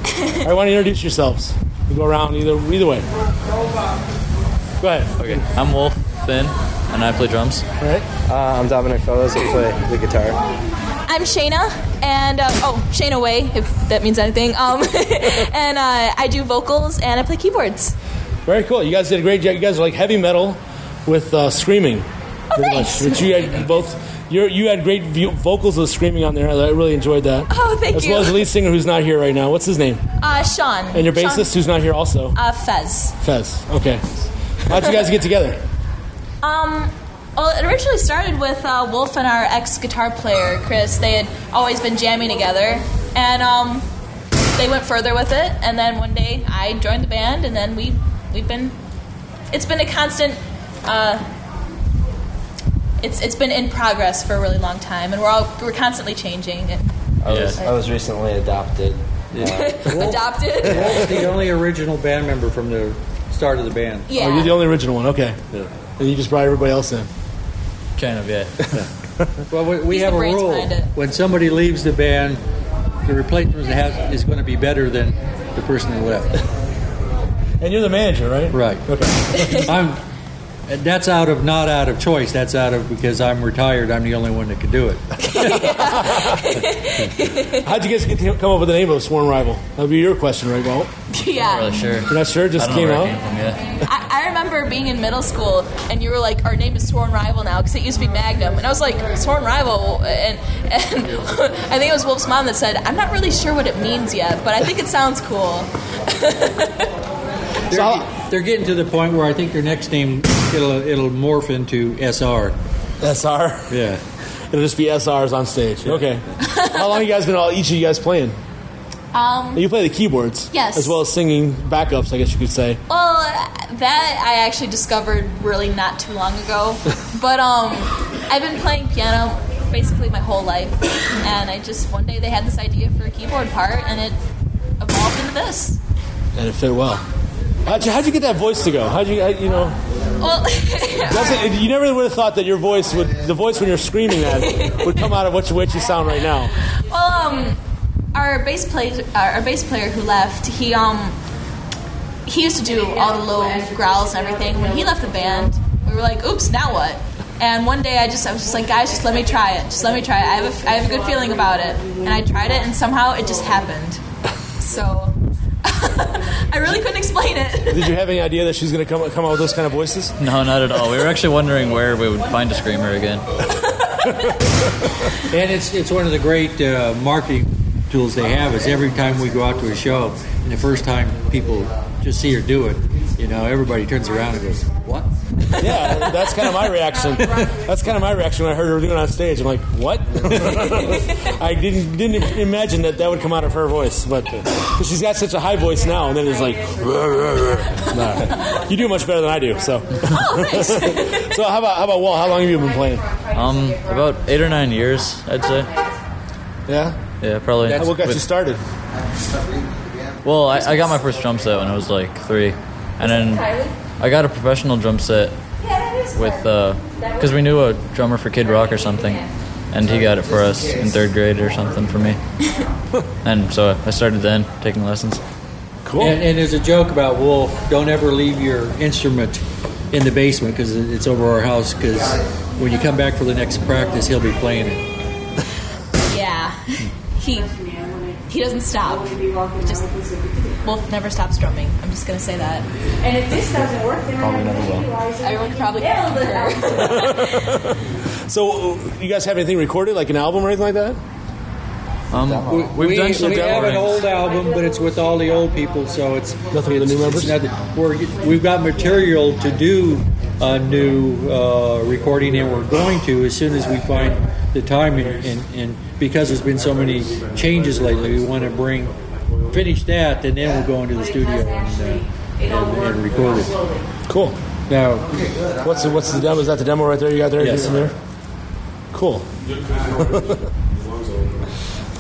[SPEAKER 6] I want to introduce yourselves. You go around either either way. Go ahead.
[SPEAKER 10] Okay, I'm Wolf Finn, and I play drums.
[SPEAKER 6] All right.
[SPEAKER 11] Uh, I'm Dominic Fellows. I play the guitar.
[SPEAKER 9] I'm Shayna, and uh, oh, Shayna Way, if that means anything. Um, and uh, I do vocals and I play keyboards.
[SPEAKER 6] Very cool. You guys did a great job. You guys are like heavy metal with uh, screaming. pretty
[SPEAKER 9] thanks.
[SPEAKER 6] Much. Which you had both. You're, you had great view, vocals of screaming on there. I really enjoyed that.
[SPEAKER 9] Oh, thank
[SPEAKER 6] as
[SPEAKER 9] you.
[SPEAKER 6] well as the lead singer who's not here right now. What's his name?
[SPEAKER 9] Uh, Sean.
[SPEAKER 6] And your
[SPEAKER 9] Sean-
[SPEAKER 6] bassist who's not here also.
[SPEAKER 9] uh, Fez.
[SPEAKER 6] Fez. Okay. How'd you guys get together?
[SPEAKER 9] Um, well, it originally started with uh, Wolf and our ex guitar player, Chris. They had always been jamming together, and um, they went further with it. And then one day I joined the band, and then we, we've been. It's been a constant. Uh, it's, it's been in progress for a really long time, and we're all we're constantly changing. And
[SPEAKER 11] I
[SPEAKER 12] Oh,
[SPEAKER 11] was I was recently adopted.
[SPEAKER 9] adopted.
[SPEAKER 12] Wolf's Uh, the only original band member from the start of the band.
[SPEAKER 9] Yeah.
[SPEAKER 6] Oh, you're the only original one. Okay. And you just brought everybody else in.
[SPEAKER 10] Kind of, yeah.
[SPEAKER 12] Well, we, we
[SPEAKER 9] He's
[SPEAKER 12] have
[SPEAKER 9] the
[SPEAKER 12] a
[SPEAKER 9] brains
[SPEAKER 12] rule:
[SPEAKER 9] behind it.
[SPEAKER 12] when somebody leaves the band, the replacement has, is going to be better than the person who left.
[SPEAKER 6] And you're the manager, right?
[SPEAKER 12] Right.
[SPEAKER 6] Okay.
[SPEAKER 12] I'm. That's out of not out of choice. That's out of because I'm retired. I'm the only one that can do it.
[SPEAKER 6] How'd you guys get to come up with the name of Sworn Rival? That'd be your question, right, Walt?
[SPEAKER 9] yeah.
[SPEAKER 10] Not really sure.
[SPEAKER 6] You're not sure? It
[SPEAKER 10] I
[SPEAKER 6] Just
[SPEAKER 10] don't know
[SPEAKER 6] came
[SPEAKER 10] where
[SPEAKER 6] out?
[SPEAKER 10] it came from, yeah.
[SPEAKER 9] I, I remember being in middle school, and you were like, "Our name is Sworn Rival now," because it used to be Magnum, and I was like, "Sworn Rival," and and I think it was Wolf's mom that said, "I'm not really sure what it means yet, but I think it sounds cool."
[SPEAKER 12] They're, they're getting to the point where I think their next name it'll it'll morph into SR.
[SPEAKER 6] SR.
[SPEAKER 12] Yeah.
[SPEAKER 6] It'll just be SRs on stage. Okay. How long you guys been all each of you guys playing?
[SPEAKER 9] Um,
[SPEAKER 6] You play the keyboards,
[SPEAKER 9] Yes.
[SPEAKER 6] as well as singing backups. I guess you could say.
[SPEAKER 9] well, that I actually discovered really not too long ago, but um, I've been playing piano basically my whole life, and I just one day they had this idea for a keyboard part, and it evolved into this.
[SPEAKER 6] and it fit well. How'd you, how'd you get that voice to go? How'd you, how- you know,
[SPEAKER 9] Well.
[SPEAKER 6] that's it. you never would have thought that your voice would, the voice when you're screaming at, would come out of what you, what you sound right now.
[SPEAKER 9] Well, um, our bass player, our bass player who left, he um, he used to do all the low growls and everything. When he left the band, we were like, "Oops, now what?" And one day, I just I was just like, "Guys, just let me try it. Just let me try it. I have a, f- I have a good feeling about it." And I tried it, and somehow it just happened. So I really couldn't explain it.
[SPEAKER 6] Did you have any idea that she's going to come come out with those kind of voices?
[SPEAKER 10] No, not at all. We were actually wondering where we would find a screamer again.
[SPEAKER 12] And it's it's one of the great uh, marketing tools they have. Is every time we go out to a show, and the first time people just see her do it, you know, everybody turns around and goes, "What?"
[SPEAKER 6] Yeah, that's kind of my reaction. That's kind of my reaction when I heard her doing it on stage. I'm like, what? I didn't didn't imagine that that would come out of her voice, but because she's got such a high voice now, and then it's like, Nah. you do much better than I do. So,
[SPEAKER 9] Oh,
[SPEAKER 6] so how about how about Walt? How long have you been playing?
[SPEAKER 10] Um, about eight or nine years, I'd say.
[SPEAKER 6] Yeah.
[SPEAKER 10] Yeah, probably.
[SPEAKER 6] what got you started?
[SPEAKER 10] Well, I, I got my first drum set when I was like three, and then I got a professional drum set with because we knew a drummer for Kid Rock or something, and he got it for us in third grade or something for me, and so I started then taking lessons.
[SPEAKER 6] Cool.
[SPEAKER 12] And, and there's a joke about Wolf. Don't ever leave your instrument in the basement because it's over our house. Because when you come back for the next practice, he'll be playing it.
[SPEAKER 9] yeah, he he doesn't stop. Just Wolf never stops drumming. I'm just gonna say that.
[SPEAKER 13] And if this doesn't work, then I have to utilize it.
[SPEAKER 9] Everyone could probably
[SPEAKER 13] Yeah,
[SPEAKER 9] concur.
[SPEAKER 13] but-
[SPEAKER 6] So, uh, you guys have anything recorded, like an album or anything like that?
[SPEAKER 10] Um, we've
[SPEAKER 12] we,
[SPEAKER 10] done some
[SPEAKER 12] we
[SPEAKER 10] demo
[SPEAKER 12] have an
[SPEAKER 10] rings.
[SPEAKER 12] old album, but it's with all the old people, so it's
[SPEAKER 6] Nothing with the
[SPEAKER 12] it's-
[SPEAKER 6] new members?
[SPEAKER 12] it's nothing. We're, we've got material to do a new uh, recording, and we're going to as soon as we find the time. And, and, and because there's been so many changes lately, we want to bring finish that, and then we'll go into the studio and, uh, and, and record it.
[SPEAKER 6] Cool.
[SPEAKER 12] Now,
[SPEAKER 6] What's the, what's the demo? Is that the demo right there? You got there?
[SPEAKER 12] Yes.
[SPEAKER 6] Yes. There? Cool.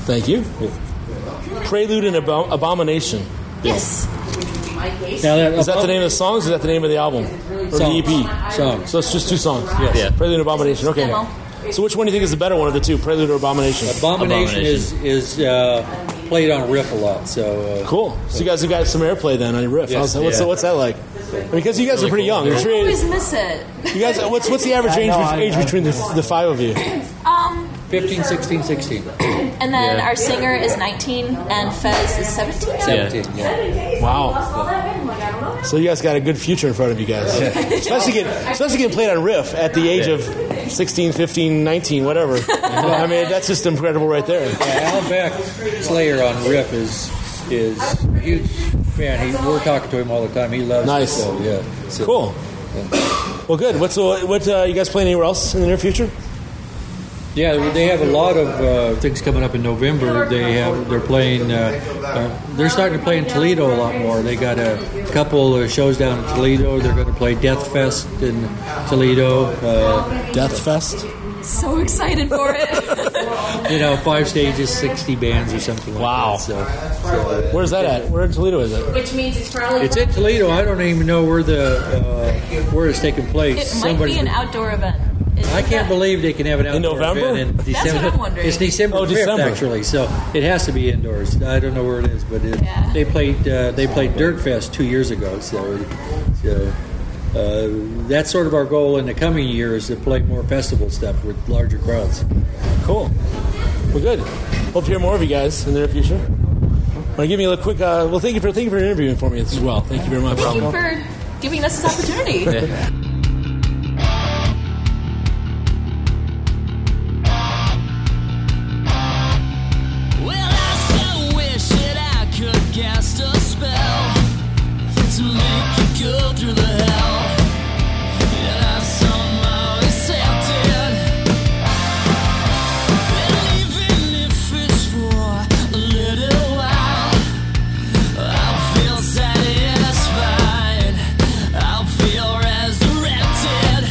[SPEAKER 6] Thank you. Prelude and Abom- Abomination.
[SPEAKER 9] Yes.
[SPEAKER 12] now that,
[SPEAKER 6] Is that the name of the song? Or is that the name of the album or
[SPEAKER 12] Songs.
[SPEAKER 6] the EP?
[SPEAKER 12] Songs.
[SPEAKER 6] So it's just two songs.
[SPEAKER 10] Yeah.
[SPEAKER 6] Prelude and Abomination. Okay.
[SPEAKER 9] Demo.
[SPEAKER 6] So which one do you think is the better one of the two, Prelude or Abomination?
[SPEAKER 12] Abomination, is is uh, played on riff a lot. So uh,
[SPEAKER 6] cool. So you guys have got some airplay then on your riff.
[SPEAKER 12] Yes.
[SPEAKER 6] How's- what's,
[SPEAKER 12] Yeah.
[SPEAKER 6] what's that like? Because you guys
[SPEAKER 12] Really
[SPEAKER 6] are pretty
[SPEAKER 12] cool.
[SPEAKER 6] young. You're
[SPEAKER 9] I
[SPEAKER 6] three-
[SPEAKER 9] always miss it.
[SPEAKER 6] you guys, what's what's the average
[SPEAKER 12] I
[SPEAKER 6] age,
[SPEAKER 12] know, I-
[SPEAKER 6] age
[SPEAKER 12] I-
[SPEAKER 6] between the, the five of you?
[SPEAKER 9] Um,
[SPEAKER 12] 15, 16, 16.
[SPEAKER 9] and then
[SPEAKER 6] Yeah.
[SPEAKER 9] our singer is 19 and Fez is 17.
[SPEAKER 6] Wow. So you guys got a good future in front of you guys.
[SPEAKER 9] Yeah.
[SPEAKER 6] Especially get especially getting played on riff at the age of 16, 15, 19, whatever. I mean, that's just incredible right there.
[SPEAKER 12] Al Beck, Slayer on riff is is a huge fan. He, we're talking to him all the time. He loves
[SPEAKER 6] Nice.
[SPEAKER 12] it. So, yeah. So,
[SPEAKER 6] Cool. Well, good. What's uh, what uh, you guys playing anywhere else in the near future?
[SPEAKER 12] Yeah, they have a lot of uh, things coming up in November. They have they're playing. Uh, uh, they're starting to play in Toledo a lot more. They got a couple of shows down in Toledo. They're going to play Death Fest in Toledo. Uh,
[SPEAKER 6] Death Fest.
[SPEAKER 9] So excited for it.
[SPEAKER 12] You know, five stages, sixty bands or something. Like wow. That, so, so,
[SPEAKER 6] Where's that at? Where in Toledo is it?
[SPEAKER 14] Which means it's probably.
[SPEAKER 12] It's in Toledo. I don't even know where the uh, where it's taking place.
[SPEAKER 9] It might be an outdoor event.
[SPEAKER 12] I can't believe they can have it outdoor in
[SPEAKER 6] November?
[SPEAKER 12] in
[SPEAKER 6] That's
[SPEAKER 12] December.
[SPEAKER 9] what I'm wondering.
[SPEAKER 12] It's December
[SPEAKER 6] Oh,
[SPEAKER 12] 5th,
[SPEAKER 6] December.
[SPEAKER 12] actually, so it has to be indoors. I don't know where it is, but it, they played uh, they played Dirt Fest two years ago, so so. Uh, that's sort of our goal in the coming year is to play more festival stuff with larger crowds.
[SPEAKER 6] Cool. Well, good. Hope to hear more of you guys in the near future. Want to give me a little quick? Uh, well, thank you for thank you for interviewing for me as well. Thank you very much.
[SPEAKER 9] Thank you for giving us this opportunity.
[SPEAKER 4] Well, I so wish that I could cast a spell to make you go through the hell that I somehow accepted. And even if it's for a little while,
[SPEAKER 7] Ah.
[SPEAKER 4] I'll feel satisfied. I'll feel resurrected.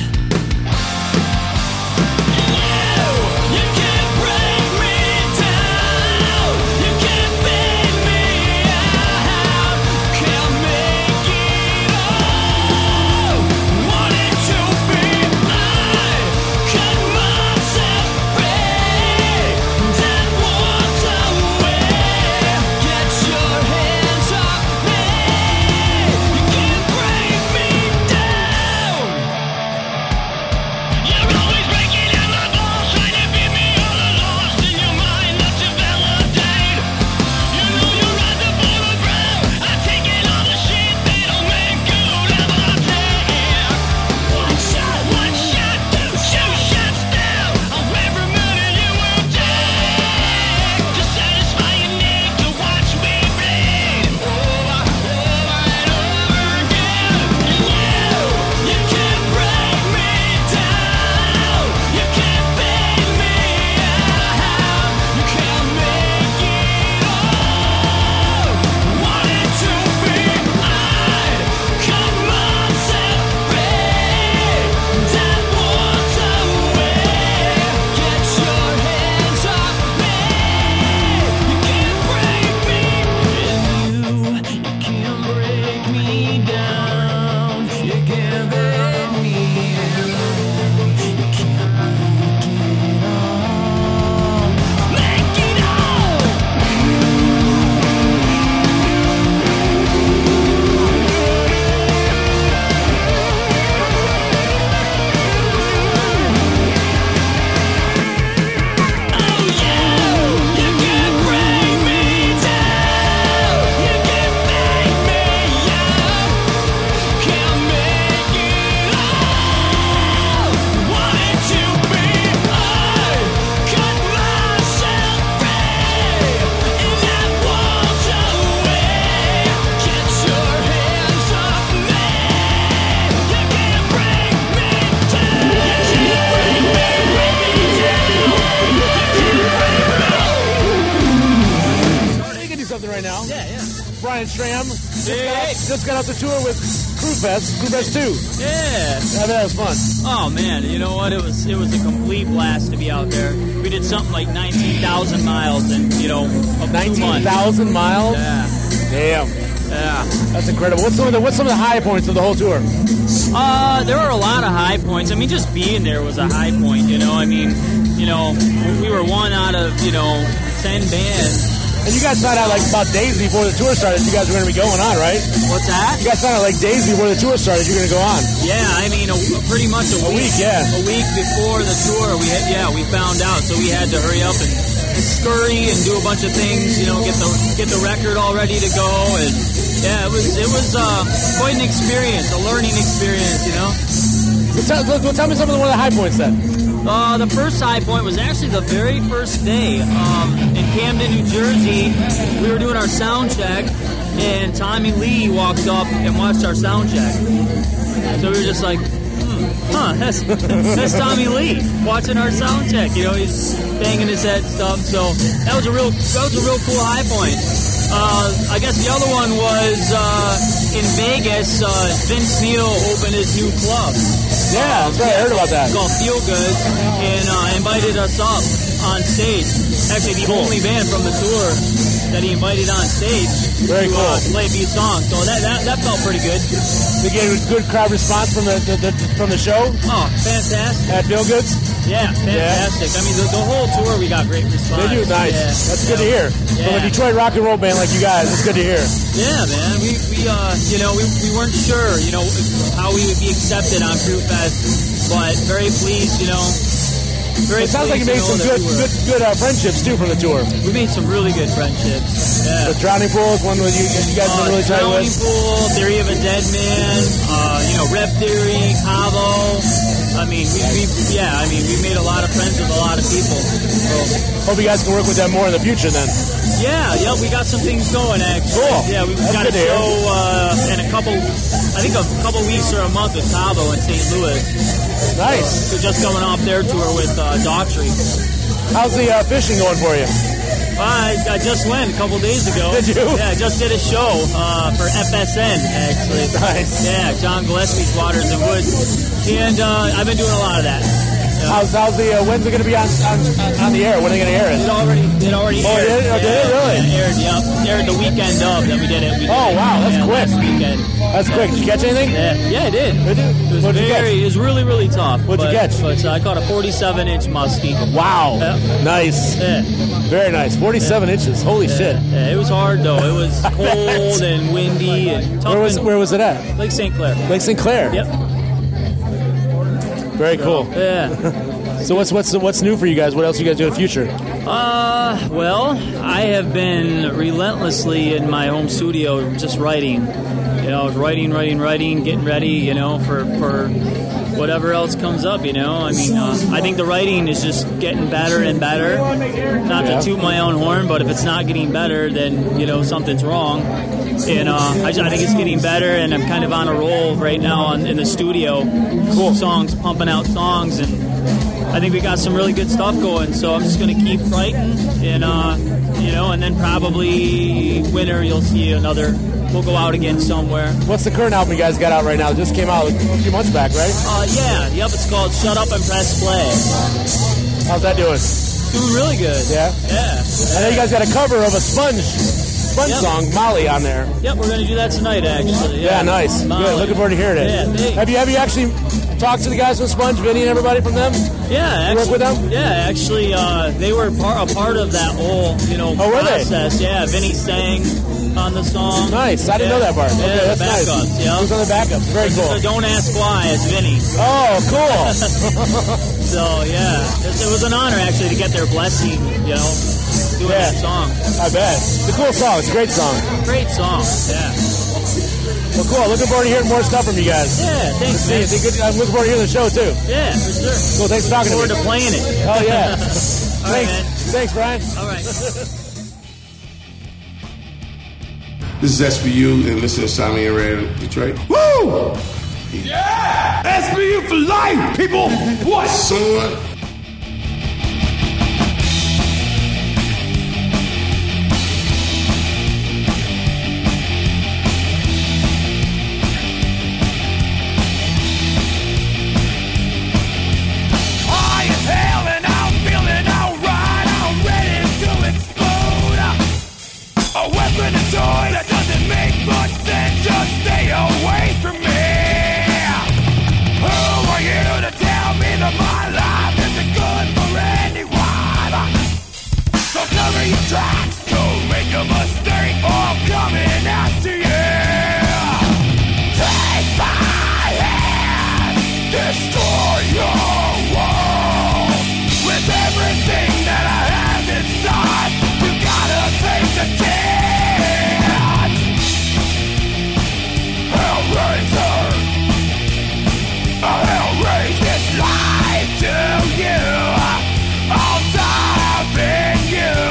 [SPEAKER 4] And you, you can't break me down. You can't beat me out. Can't make it all. Wanted to be mine. Cut myself free. Then walked away. Get your hands off me. You can't break me down. You're always breaking out my balls, trying to beat me all alone. In your mind, not to validate. You know you run the border ground. I take it all the shit that old man could ever take. One shot, one shot, two, two shots down. I'll every minute you will take to satisfy your need to watch me bleed. Over, over and over again. And you, you can't break me down. You can't beat me out. You can't make it all. Wanted to be mine, cut myself free. That walked away. Get your hands off me. You can't break me. And you, you can't break me down. You can't break me down. You can't make it all. Make it all.
[SPEAKER 6] You can do something right now. Yeah, yeah. Brian Stram just, got, off, just got off the tour with Crew Fest, Crew Fest 2.
[SPEAKER 15] Yeah.
[SPEAKER 6] I bet that was fun.
[SPEAKER 15] Oh man, you know what? It was it was a complete blast to be out there. We did something like nineteen thousand miles in you know nineteen
[SPEAKER 6] 19,000 miles?
[SPEAKER 15] Yeah.
[SPEAKER 6] Damn.
[SPEAKER 15] Yeah.
[SPEAKER 6] That's incredible. What's some of the what's some of the high points of the whole tour?
[SPEAKER 15] Uh, there were a lot of high points. I mean, just being there was a high point. You know, I mean, you know, we were one out of you know ten bands.
[SPEAKER 6] And you guys found out like about days before the tour started you guys were going to be going on, right?
[SPEAKER 15] What's that?
[SPEAKER 6] You guys found out like days before the tour started you're going to go on.
[SPEAKER 15] Yeah, I mean, a, pretty much a,
[SPEAKER 6] A week, yeah.
[SPEAKER 15] a week before the tour. We had, yeah, we found out, so we had to hurry up and, and scurry and do a bunch of things. You know, get the get the record all ready to go, and yeah, it was it was uh, quite an experience, a learning experience. You know.
[SPEAKER 6] Well, tell, well, tell me some of the, one of the high points then.
[SPEAKER 15] Uh, the first high point was actually the very first day um, in Camden, New Jersey. We were doing our sound check, and Tommy Lee walked up and watched our sound check. So we were just like, hmm, huh, that's, that's Tommy Lee watching our sound check. You know, he's banging his head and stuff. So that was a real, that was a real cool high point. Uh, I guess the other one was uh, in Vegas. Uh, Vince Neil opened his new club.
[SPEAKER 6] Yeah, that's right. I heard about that.
[SPEAKER 15] It's called Feel Good, and uh, invited us up on stage. Actually, the
[SPEAKER 6] Cool.
[SPEAKER 15] only band from the tour that he invited on stage
[SPEAKER 6] Very
[SPEAKER 15] to
[SPEAKER 6] cool.
[SPEAKER 15] uh, play beat songs. So that, that that felt pretty good.
[SPEAKER 6] They get a good crowd response from the, the, the from the show.
[SPEAKER 15] Oh, fantastic!
[SPEAKER 6] At Feel Goods.
[SPEAKER 15] Yeah, fantastic. I mean, the, the whole tour we got great response.
[SPEAKER 6] They do nice.
[SPEAKER 15] Yeah.
[SPEAKER 6] That's good to hear. From a
[SPEAKER 15] Yeah.
[SPEAKER 6] Detroit rock and roll band like you guys, it's good to hear.
[SPEAKER 15] Yeah, man. We, we uh, you know, we, we weren't sure, you know, how we would be accepted on Fruit Fest, but very pleased, you know. Very
[SPEAKER 6] it sounds like you made
[SPEAKER 15] pleased to
[SPEAKER 6] some
[SPEAKER 15] know that
[SPEAKER 6] good,
[SPEAKER 15] we were-
[SPEAKER 6] good, good uh, friendships too from the tour.
[SPEAKER 15] We made some really good friendships. Yeah.
[SPEAKER 6] The
[SPEAKER 15] Oh,
[SPEAKER 6] Drowning Pool is one that you, you guys were really tight
[SPEAKER 15] Drowning
[SPEAKER 6] with.
[SPEAKER 15] Pool, Theory of a Dead Man, uh, you know, Rep Theory, Cavo. I mean, we, we, yeah, I mean, we made a lot of friends with a lot of people. So,
[SPEAKER 6] Hope you guys can work with them more in the future then.
[SPEAKER 15] yeah, yeah, we got some things going actually.
[SPEAKER 6] Cool.
[SPEAKER 15] Yeah, we've
[SPEAKER 6] That's
[SPEAKER 15] got a
[SPEAKER 6] good to hear.
[SPEAKER 15] show uh, in a couple, I think a couple weeks or a month with Cavo in St. Louis.
[SPEAKER 6] Nice.
[SPEAKER 15] So just coming off their tour with uh, Daughtry.
[SPEAKER 6] How's the uh, fishing going for you?
[SPEAKER 15] I, I just went a couple days ago.
[SPEAKER 6] Did you?
[SPEAKER 15] Yeah, I just did a show uh, for FSN, actually.
[SPEAKER 6] Nice.
[SPEAKER 15] Yeah, John Gillespie's Waters and Woods. And uh, I've been doing a lot of that.
[SPEAKER 6] How's, how's the uh, when's it going to be on, on on the air? When are they going to air
[SPEAKER 15] It
[SPEAKER 6] it?
[SPEAKER 15] already, it already
[SPEAKER 6] Oh,
[SPEAKER 15] aired.
[SPEAKER 6] did it? Oh, did it?
[SPEAKER 15] Yeah,
[SPEAKER 6] Really?
[SPEAKER 15] yeah, aired, yep. Aired the weekend of that we did it. We did
[SPEAKER 6] Oh,
[SPEAKER 15] it,
[SPEAKER 6] wow, that's
[SPEAKER 15] yeah,
[SPEAKER 6] quick.
[SPEAKER 15] last weekend.
[SPEAKER 6] That's quick. Did you catch anything?
[SPEAKER 15] Yeah, yeah, I did. It was
[SPEAKER 6] What'd you
[SPEAKER 15] very,
[SPEAKER 6] catch?
[SPEAKER 15] it was really, really tough.
[SPEAKER 6] What'd you
[SPEAKER 15] but-
[SPEAKER 6] catch?
[SPEAKER 15] But uh, I caught a 47 inch muskie.
[SPEAKER 6] Wow.
[SPEAKER 15] Yeah.
[SPEAKER 6] Nice.
[SPEAKER 15] Yeah.
[SPEAKER 6] Very nice. 47 inches. Holy shit.
[SPEAKER 15] Yeah, it was hard though. It was
[SPEAKER 6] I bet.
[SPEAKER 15] cold and windy and tough.
[SPEAKER 6] Where was
[SPEAKER 15] and-
[SPEAKER 6] where was it at?
[SPEAKER 15] Lake St. Clair.
[SPEAKER 6] Lake St. Clair.
[SPEAKER 15] Yep.
[SPEAKER 6] Very cool.
[SPEAKER 15] Yeah.
[SPEAKER 6] So what's what's what's new for you guys? What else you guys do in the future?
[SPEAKER 15] Uh, well, I have been relentlessly in my home studio just writing. You know, I was writing, writing, writing, getting ready, you know, for, for whatever else comes up, you know. I mean, uh, I think the writing is just getting better and better. Not
[SPEAKER 6] Yeah.
[SPEAKER 15] to toot my own horn, but if it's not getting better, then, you know, something's wrong. And uh, I, ju- I think it's getting better, and I'm kind of on a roll right now on, in the studio. Cool. Songs, pumping out songs, and I think we got some really good stuff going, so I'm just going to keep writing, and uh, you know, and then probably winter you'll see another. We'll go out again somewhere.
[SPEAKER 6] What's the current album you guys got out right now? It just came out a few months back, right?
[SPEAKER 15] Uh, yeah, yep. It's called Shut Up and Press Play.
[SPEAKER 6] How's that doing?
[SPEAKER 15] Doing really good.
[SPEAKER 6] Yeah.
[SPEAKER 15] Yeah.
[SPEAKER 6] And then you guys got a cover of a Sponge Sponge
[SPEAKER 15] Yep.
[SPEAKER 6] song, Molly, on there.
[SPEAKER 15] Yep. We're gonna do that tonight, actually.
[SPEAKER 6] Yeah, nice. Good. Looking forward to hearing it.
[SPEAKER 15] Yeah. Thanks.
[SPEAKER 6] have you have you actually talked to the guys from Sponge, Vinny, and everybody from them?
[SPEAKER 15] Yeah,
[SPEAKER 6] You work
[SPEAKER 15] actually,
[SPEAKER 6] with them?
[SPEAKER 15] Yeah, actually, uh, they were par- a part of that whole you know
[SPEAKER 6] Oh, were they?
[SPEAKER 15] process. Yeah, Vinny sang on the song.
[SPEAKER 6] Nice. I didn't know that part.
[SPEAKER 15] Yeah,
[SPEAKER 6] Okay, that's
[SPEAKER 15] the
[SPEAKER 6] nice.
[SPEAKER 15] backups. Yeah,
[SPEAKER 6] Who's on the backups? Very
[SPEAKER 15] So
[SPEAKER 6] cool.
[SPEAKER 15] don't ask why. It's Vinny.
[SPEAKER 6] Oh, cool.
[SPEAKER 15] So yeah, it, it was an honor actually to get their blessing. You know, doing
[SPEAKER 6] Yeah.
[SPEAKER 15] that song.
[SPEAKER 6] I bet. It's a cool song. It's a great song.
[SPEAKER 15] Great song. Yeah.
[SPEAKER 6] Well, cool. Looking forward to hearing more stuff from you guys.
[SPEAKER 15] Yeah. Thanks,
[SPEAKER 6] See,
[SPEAKER 15] man.
[SPEAKER 6] it's a good, I'm looking forward to hearing the show, too.
[SPEAKER 15] Yeah, for sure.
[SPEAKER 6] Cool. Thanks for talking to
[SPEAKER 15] Forward
[SPEAKER 6] me.
[SPEAKER 15] to playing it.
[SPEAKER 6] Oh, yeah.
[SPEAKER 15] All right, man.
[SPEAKER 6] Thanks. Thanks, Brian.
[SPEAKER 15] All right.
[SPEAKER 16] This is SBU and listen to Sammy and Red Detroit. Woo! Yeah! SBU for life, people! what? Son.
[SPEAKER 7] I inhale and I'm feeling alright. I'm ready to explode. A weapon, a toy that doesn't make much my life isn't good for anyone. So cover your tracks. Don't make a mistake. I'm coming after you. Take my hand. Destroy your world with everything that I have inside. You gotta take the chance. Hellraiser. I'll raise this life to you. I'll dive in you.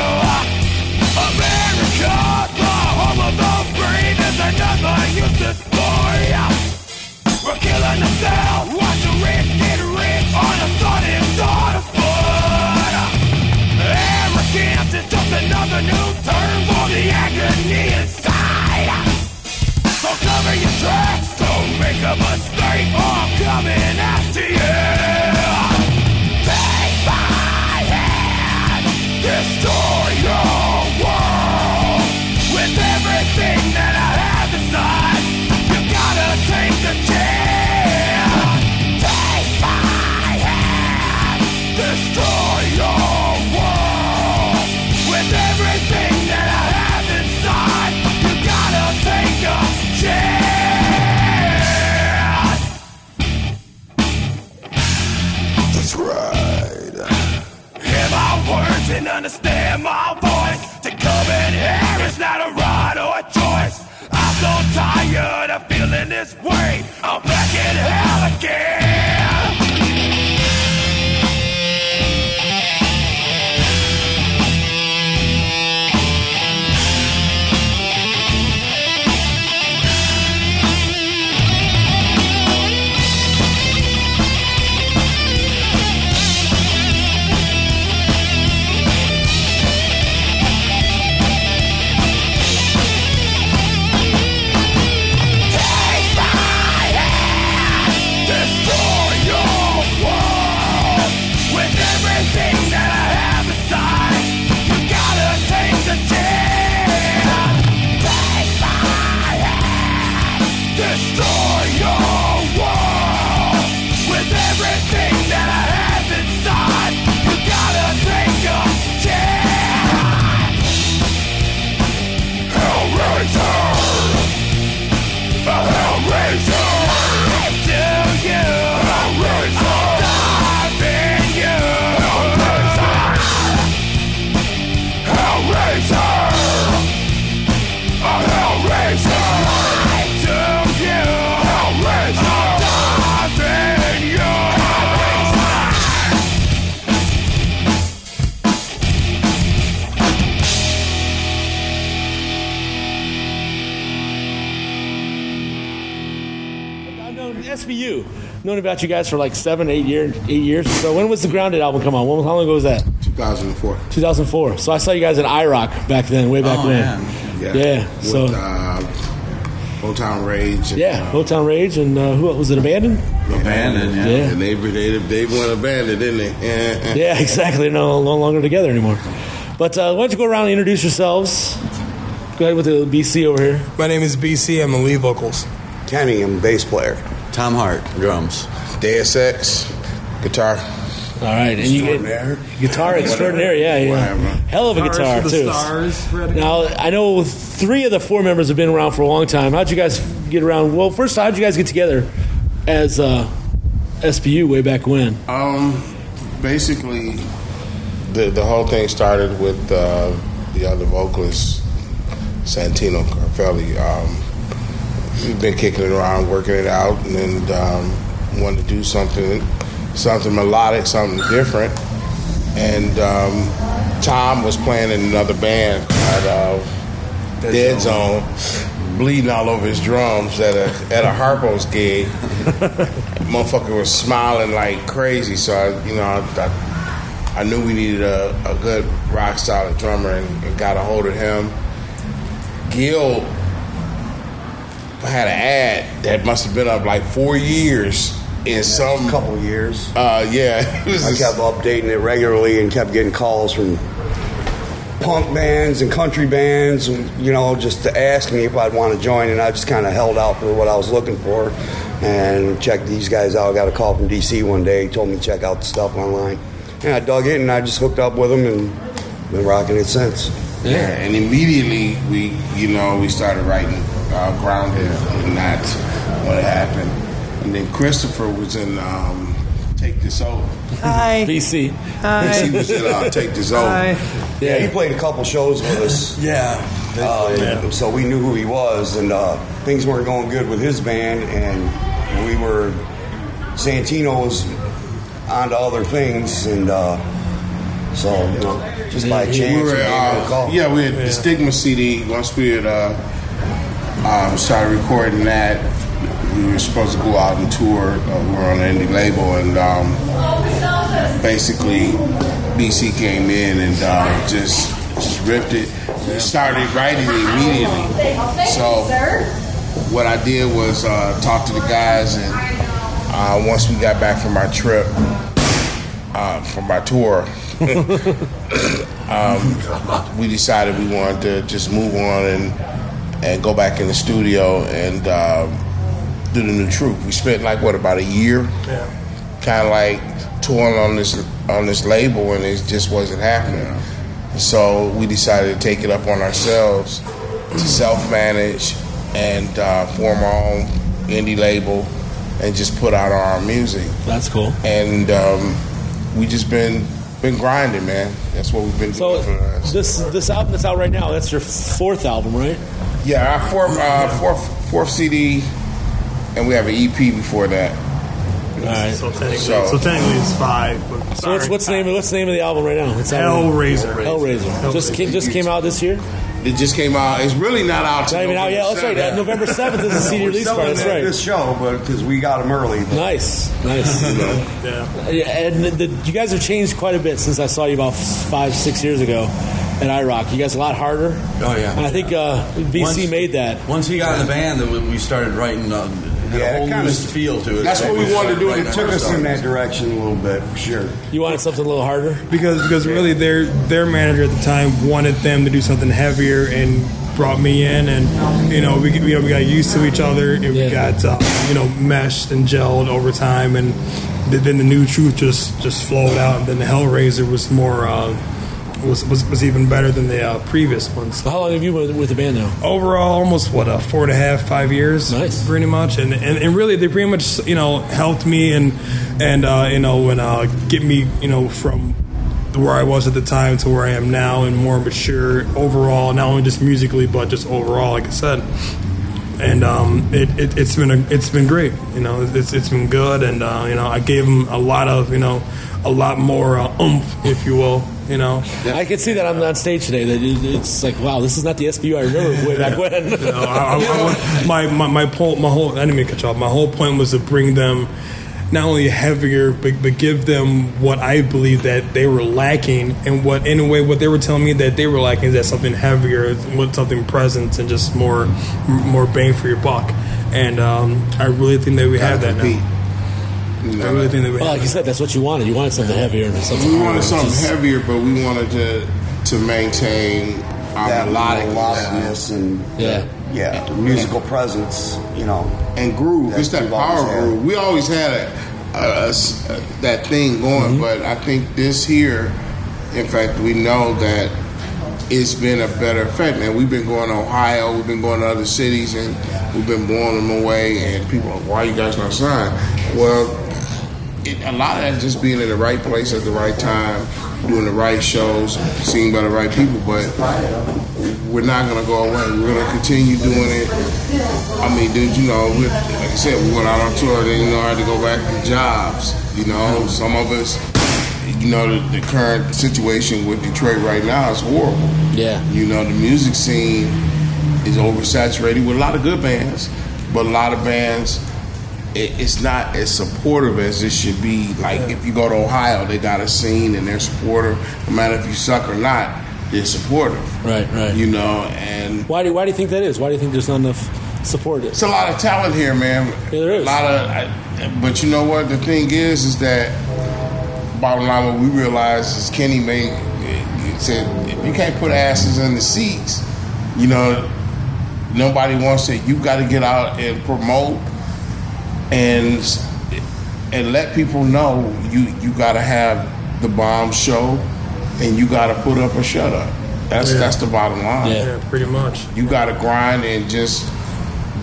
[SPEAKER 7] America, the home of the brave, is another useless warrior. We're killing ourselves. Watch the rich get rich on a sudden dawn of foot. Arrogance is just another new term for the agony inside. So cover your tracks, don't make a mistake, or I'm coming after you. Take my hand, destroy your world with everything that I have inside. You gotta take the chance. Take my hand, destroy your world with everything that I have inside. You gotta take a chance. That's right. Hear my words and understand my voice. To come in here is not a right or a choice. I'm so tired of feeling this way. I'm back in hell again. Destroy your world with everything that I have inside. You gotta take the chance. Take my hand. Destroy your world with everything that I have inside. You gotta take a chance. Hellraiser. A Hellraiser. Do you? Hellraiser. Dive in you. Hellraiser. Hellraiser. A Hellraiser. Do you? Hellraiser. Dive in you. Hellraiser.
[SPEAKER 6] I've known SBU. Known about you guys for like seven, eight years, eight years. So when was the Grounded album come out? When, how long ago was that?
[SPEAKER 16] 2004.
[SPEAKER 6] 2004. So I saw you guys at IROC back then, way back
[SPEAKER 16] Oh,
[SPEAKER 6] when.
[SPEAKER 16] Yeah.
[SPEAKER 6] Yeah. so
[SPEAKER 16] With, uh, Old Town Rage. And,
[SPEAKER 6] yeah, Old Town Rage and uh, who was it? Abandoned.
[SPEAKER 16] Abandoned, yeah.
[SPEAKER 6] Yeah.
[SPEAKER 16] And they, they, they went abandoned, didn't they? Eh, eh.
[SPEAKER 6] Yeah, exactly. No, no longer together anymore. But uh, why don't you go around and introduce yourselves? Go ahead with the BC over here.
[SPEAKER 8] My name is BC. I'm the lead vocals.
[SPEAKER 16] Kenny, I'm bass player. Tom Hart, drums. Deus Ex, guitar.
[SPEAKER 6] All right, and you
[SPEAKER 16] get
[SPEAKER 6] guitar extraordinaire. Yeah, yeah. Hell of a guitar
[SPEAKER 16] Guitars with the
[SPEAKER 6] too.
[SPEAKER 16] stars,
[SPEAKER 6] Now I know three of the four members have been around for a long time. How'd you guys get around? Well, first, how'd you guys get together as uh, SPU way back when?
[SPEAKER 16] Um, basically, the the whole thing started with uh, the other vocalist, Santino Carfelli. Um, we've been kicking it around, working it out, and then um, wanted to do something, something melodic, something different. And um, Tom was playing in another band at uh, Dead Zone, bleeding all over his drums at a at a Harpo's gig motherfucker was smiling like crazy. So I, you know, I, I, I knew we needed a, a good rock solid drummer and, and got a hold of him. Gil had an ad that must have been up like four years in some couple years. Uh, yeah,
[SPEAKER 17] I kept updating it regularly and kept getting calls from punk bands and country bands, and, you know, just to ask me if I'd want to join. And I just kind of held out for what I was looking for. and checked these guys out. I got a call from DC one day. He told me to check out the stuff online. And I dug in and I just hooked up with them and been rocking it since.
[SPEAKER 16] Yeah, and immediately we, you know, we started writing uh, Grounded, and that's what happened. And then Christopher was in um, Take This Over.
[SPEAKER 17] Hi.
[SPEAKER 16] BC. Hi. He was in uh, Take This Over.
[SPEAKER 17] Hi. Yeah, he played a couple shows with us. yeah. Uh, So we knew who he was, and uh, things weren't going good with his band, and we were. Santino was onto other things, and uh, so, you know, just by
[SPEAKER 16] Yeah,
[SPEAKER 17] chance,
[SPEAKER 16] we were,
[SPEAKER 17] we
[SPEAKER 16] uh,
[SPEAKER 17] got a call.
[SPEAKER 16] yeah, we had the Stigma CD. Once we had uh, um, started recording that, we were supposed to go out and tour. Uh, we were on an indie label, and um, basically, BC came in and uh, just, just ripped it. We started writing immediately. So what I did was uh, talk to the guys, and uh, once we got back from our trip, uh, from our tour, um, we decided we wanted to just move on and and go back in the studio and um, do the new truth. We spent like what about a year, kind of like touring on this on this label, and it just wasn't happening. So we decided to take it up on ourselves to self-manage and uh, form our own indie label and just put out our own music.
[SPEAKER 4] That's cool.
[SPEAKER 16] And um, we just been been grinding, man. That's what we've been doing for the last
[SPEAKER 4] This this album that's out right now. That's your fourth album, right?
[SPEAKER 16] Yeah, our fourth, uh, fourth, fourth CD, and we have an EP before that.
[SPEAKER 8] So technically, so, technically it's five. But
[SPEAKER 4] So what's, what's the name? of- What's the name of the album right now? It's
[SPEAKER 8] Hellraiser.
[SPEAKER 4] Hellraiser. Just came, just came out this year.
[SPEAKER 16] It just came out. It's really not out.
[SPEAKER 4] Not even out yet. That's right. Uh, November seventh is the CD
[SPEAKER 17] We're
[SPEAKER 4] release
[SPEAKER 17] selling
[SPEAKER 4] party. That's
[SPEAKER 17] that
[SPEAKER 4] right.
[SPEAKER 17] This show, but because we got them early.
[SPEAKER 4] Nice, nice.
[SPEAKER 8] yeah.
[SPEAKER 4] Yeah, and the, you guys have changed quite a bit since I saw you about five, six years ago at IROC. You guys are a lot harder.
[SPEAKER 18] Oh, yeah.
[SPEAKER 4] And I think uh, BC
[SPEAKER 18] Once-
[SPEAKER 4] made that.
[SPEAKER 18] Once he got in the band, then we- we started writing. Uh, had
[SPEAKER 4] Yeah,
[SPEAKER 18] a whole
[SPEAKER 4] kinda-
[SPEAKER 18] new feel to it.
[SPEAKER 4] that's what we wanted to do, and it took us in
[SPEAKER 17] that direction a little bit, sure.
[SPEAKER 4] You wanted something a little harder
[SPEAKER 8] because because really their their manager at the time wanted them to do something heavier and brought me in and you know we you know we got used to each other and we got uh, you know meshed and gelled over time and th- then the new truth just just flowed out and then the Hellraiser was more. Uh, was, was, was even better than the uh, previous ones.
[SPEAKER 4] How long have you been with the band now?
[SPEAKER 8] Overall, almost what a four and a half, five years. Nice, pretty much. And and, and really, they pretty much you know helped me and and uh, you know and uh, get me you know from where I was at the time to where I am now and more mature overall, not only just musically but just overall. Like I said, and um, it, it, it's been a, it's been great. You know, it's it's been good, and uh, you know, I gave him a lot of you know, a lot more uh, oomph, if you will. You know,
[SPEAKER 4] I can see that I'm on stage today. That it- it's like, wow, this is not the SBU I remember way back when.
[SPEAKER 8] You know, I- I- I- my my my whole my whole I didn't mean to cut you off. My whole point was to bring them not only heavier, but, but give them what I believe that they were lacking, and what in a way what they were telling me that they were lacking is that something heavier, with something present, and just more more bang for your buck. And um, I really think that we have that now. I really think that we
[SPEAKER 4] well, like you said, that's what you wanted. You wanted something heavier and something.
[SPEAKER 16] We
[SPEAKER 4] harder.
[SPEAKER 16] wanted something
[SPEAKER 4] Just-
[SPEAKER 16] heavier, but we wanted to to maintain our
[SPEAKER 17] That
[SPEAKER 16] melodic
[SPEAKER 17] melodicness and
[SPEAKER 4] yeah,
[SPEAKER 17] yeah, the musical presence, you know,
[SPEAKER 16] and groove. It's that
[SPEAKER 17] we've always
[SPEAKER 16] power
[SPEAKER 17] had.
[SPEAKER 16] groove. We always had a, a- a s- that thing going, but I think this here, in fact, we know that it's been a better effect. Man, we've been going to Ohio, we've been going to other cities, and we've been blowing them away. And people are like, "Why you guys not signed?" Well, it, a lot of that's just being in the right place at the right time, doing the right shows, seen by the right people. But we're not going to go away. We're going to continue doing it. I mean, dude, you know, we, like I said, we went out on tour. Then you know, I had to go back to jobs. You know, some of us, you know, the, the current situation with Detroit right now is horrible.
[SPEAKER 4] Yeah.
[SPEAKER 16] You know, the music scene is oversaturated with a lot of good bands, but a lot of bands it, it's not as supportive as it should be. Like if you go to Ohio, they got a scene and they're supportive. No matter if you suck or not, they're supportive.
[SPEAKER 4] Right, right.
[SPEAKER 16] You know, and
[SPEAKER 4] why do why do you think that is? Why do you think there's not enough support?
[SPEAKER 16] It's a lot of talent here, man. there is a lot of. I, but you know what? The thing is, is that bottom line, what we realized is Kenny made he said if you can't put asses in the seats, you know, nobody wants it. You got to get out and promote and and let people know you you got to have the bomb show, and you got to put up or shut up. That's
[SPEAKER 8] Yeah.
[SPEAKER 16] that's the bottom line.
[SPEAKER 8] Yeah. Yeah, pretty much.
[SPEAKER 16] You got to grind and just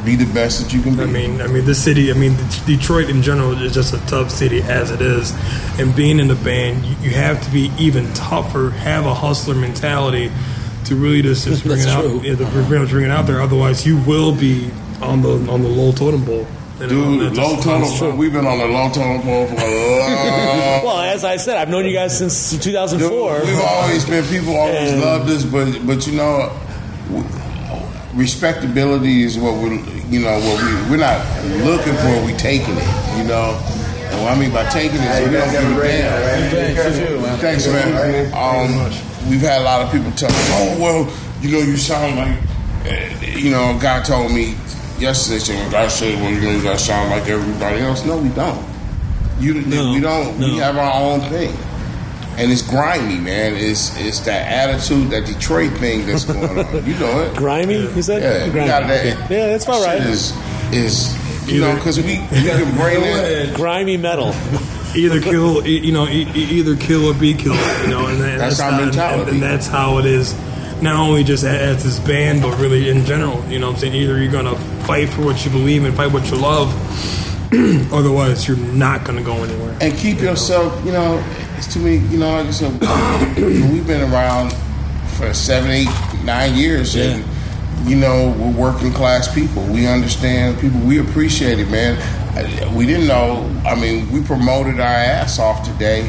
[SPEAKER 16] be the best that you can be.
[SPEAKER 8] I mean, I mean, the city. I mean, Det- Detroit in general is just a tough city as it is, and being in the band, you, you have to be even tougher, have a hustler mentality to really just, just bring it
[SPEAKER 16] That's
[SPEAKER 8] out.
[SPEAKER 16] true.
[SPEAKER 8] Yeah, to pretty much bring it out there. Otherwise, you will be on the on the low totem pole. And, um,
[SPEAKER 16] Dude,
[SPEAKER 8] that's
[SPEAKER 16] low
[SPEAKER 8] just-
[SPEAKER 16] tunnel
[SPEAKER 8] that's
[SPEAKER 16] pole. We've been on the low tunnel pole for a long
[SPEAKER 6] well, as I said, I've known you guys since 2004.
[SPEAKER 16] We've always been people always
[SPEAKER 6] And-
[SPEAKER 16] loved us, but but you know, w- respectability is what we're you know what we we're not looking for. We taking it, you know. And what I mean by taking it, is
[SPEAKER 17] Hey,
[SPEAKER 16] we
[SPEAKER 17] you
[SPEAKER 16] don't
[SPEAKER 17] guys have a
[SPEAKER 16] give a
[SPEAKER 17] great
[SPEAKER 16] damn.
[SPEAKER 17] night, man. You too, man.
[SPEAKER 16] Thanks, man. Um, we've had a lot of people tell us, "Oh, well, you know, you sound like," uh, you know, a guy told me yesterday, saying, "I said, well, you know, you guys sound like everybody else." No, we don't. You, we don't. We have our own thing, and it's grimy, man. It's it's that attitude, that Detroit thing that's going on. You know it.
[SPEAKER 6] Grimy, you said.
[SPEAKER 16] Yeah, we
[SPEAKER 6] Grimy.
[SPEAKER 16] got that.
[SPEAKER 6] Yeah, that's about
[SPEAKER 16] Shit
[SPEAKER 6] right.
[SPEAKER 16] Is is you know because we we can bring it.
[SPEAKER 6] grimy metal.
[SPEAKER 8] Either kill, e- you know, e- e- either kill or be killed. You know, and that-
[SPEAKER 16] That's our
[SPEAKER 8] not- and-
[SPEAKER 16] mentality.
[SPEAKER 8] and that's how it is. Not only just a- as this band, but really in general. You know, what I'm saying either you're gonna fight for what you believe and fight what you love. Otherwise, you're not gonna go anywhere.
[SPEAKER 16] and keep yourself. You know, it's too many. You know, like I said, we've been around for seven, eight, nine years, and you know, we're working class people. We understand people. We appreciate it, man. I- We didn't know. I mean, we promoted our ass off today.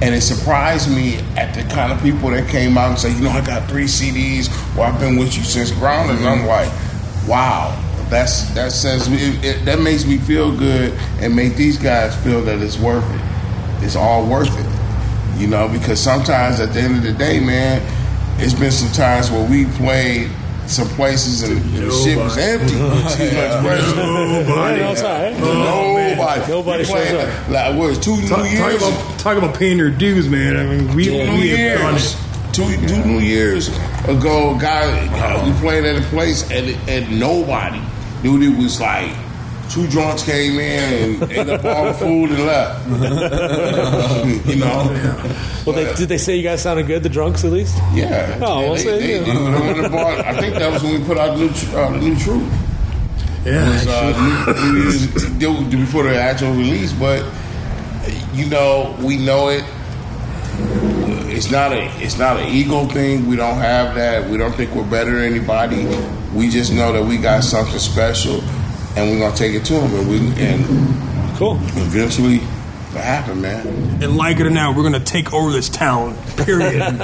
[SPEAKER 16] And it surprised me at the kind of people that came out and said, you know, I got three CDs, or I've been with you since grounded. And I'm like, wow, that's that says it, it, that makes me feel good and make these guys feel that it's worth it. It's all worth it, you know, because sometimes at the end of the day, man, it's been some times where we played some places and the shit was empty. Too much pressure.
[SPEAKER 8] Nobody.
[SPEAKER 16] Yeah, that's all
[SPEAKER 4] Oh,
[SPEAKER 16] right. Nobody. Nobody
[SPEAKER 8] shows
[SPEAKER 16] played,
[SPEAKER 8] up.
[SPEAKER 16] Like, what, two New
[SPEAKER 8] Talk, talk
[SPEAKER 16] Years?
[SPEAKER 8] about talk about paying your dues, man. I mean, we,
[SPEAKER 16] Two New
[SPEAKER 8] we have done
[SPEAKER 16] Years.
[SPEAKER 8] it.
[SPEAKER 16] Two, two New Years ago, a guy, uh,
[SPEAKER 8] Uh-huh.
[SPEAKER 16] we played at a place and, and nobody, dude, it was like two drunks came in and ate up all the food and left. you know?
[SPEAKER 6] Well, they, did they say you guys sounded good? The drunks, at least.
[SPEAKER 16] Yeah.
[SPEAKER 6] Oh, well,
[SPEAKER 16] they,
[SPEAKER 6] so,
[SPEAKER 16] they,
[SPEAKER 6] yeah.
[SPEAKER 16] they went on the bar. I think that was when we put out New, Tr- uh, new Truth. It
[SPEAKER 8] Yeah.
[SPEAKER 16] was, uh, New- New Year's- they were before the actual release, but you know, we know it. It's not a it's not an ego thing. We don't have that. We don't think we're better than anybody. We just know that we got something special, and we're gonna take it to them. And we and
[SPEAKER 6] cool.
[SPEAKER 16] Eventually, it happened, man.
[SPEAKER 8] And like it or not, we're gonna take over this town. Period.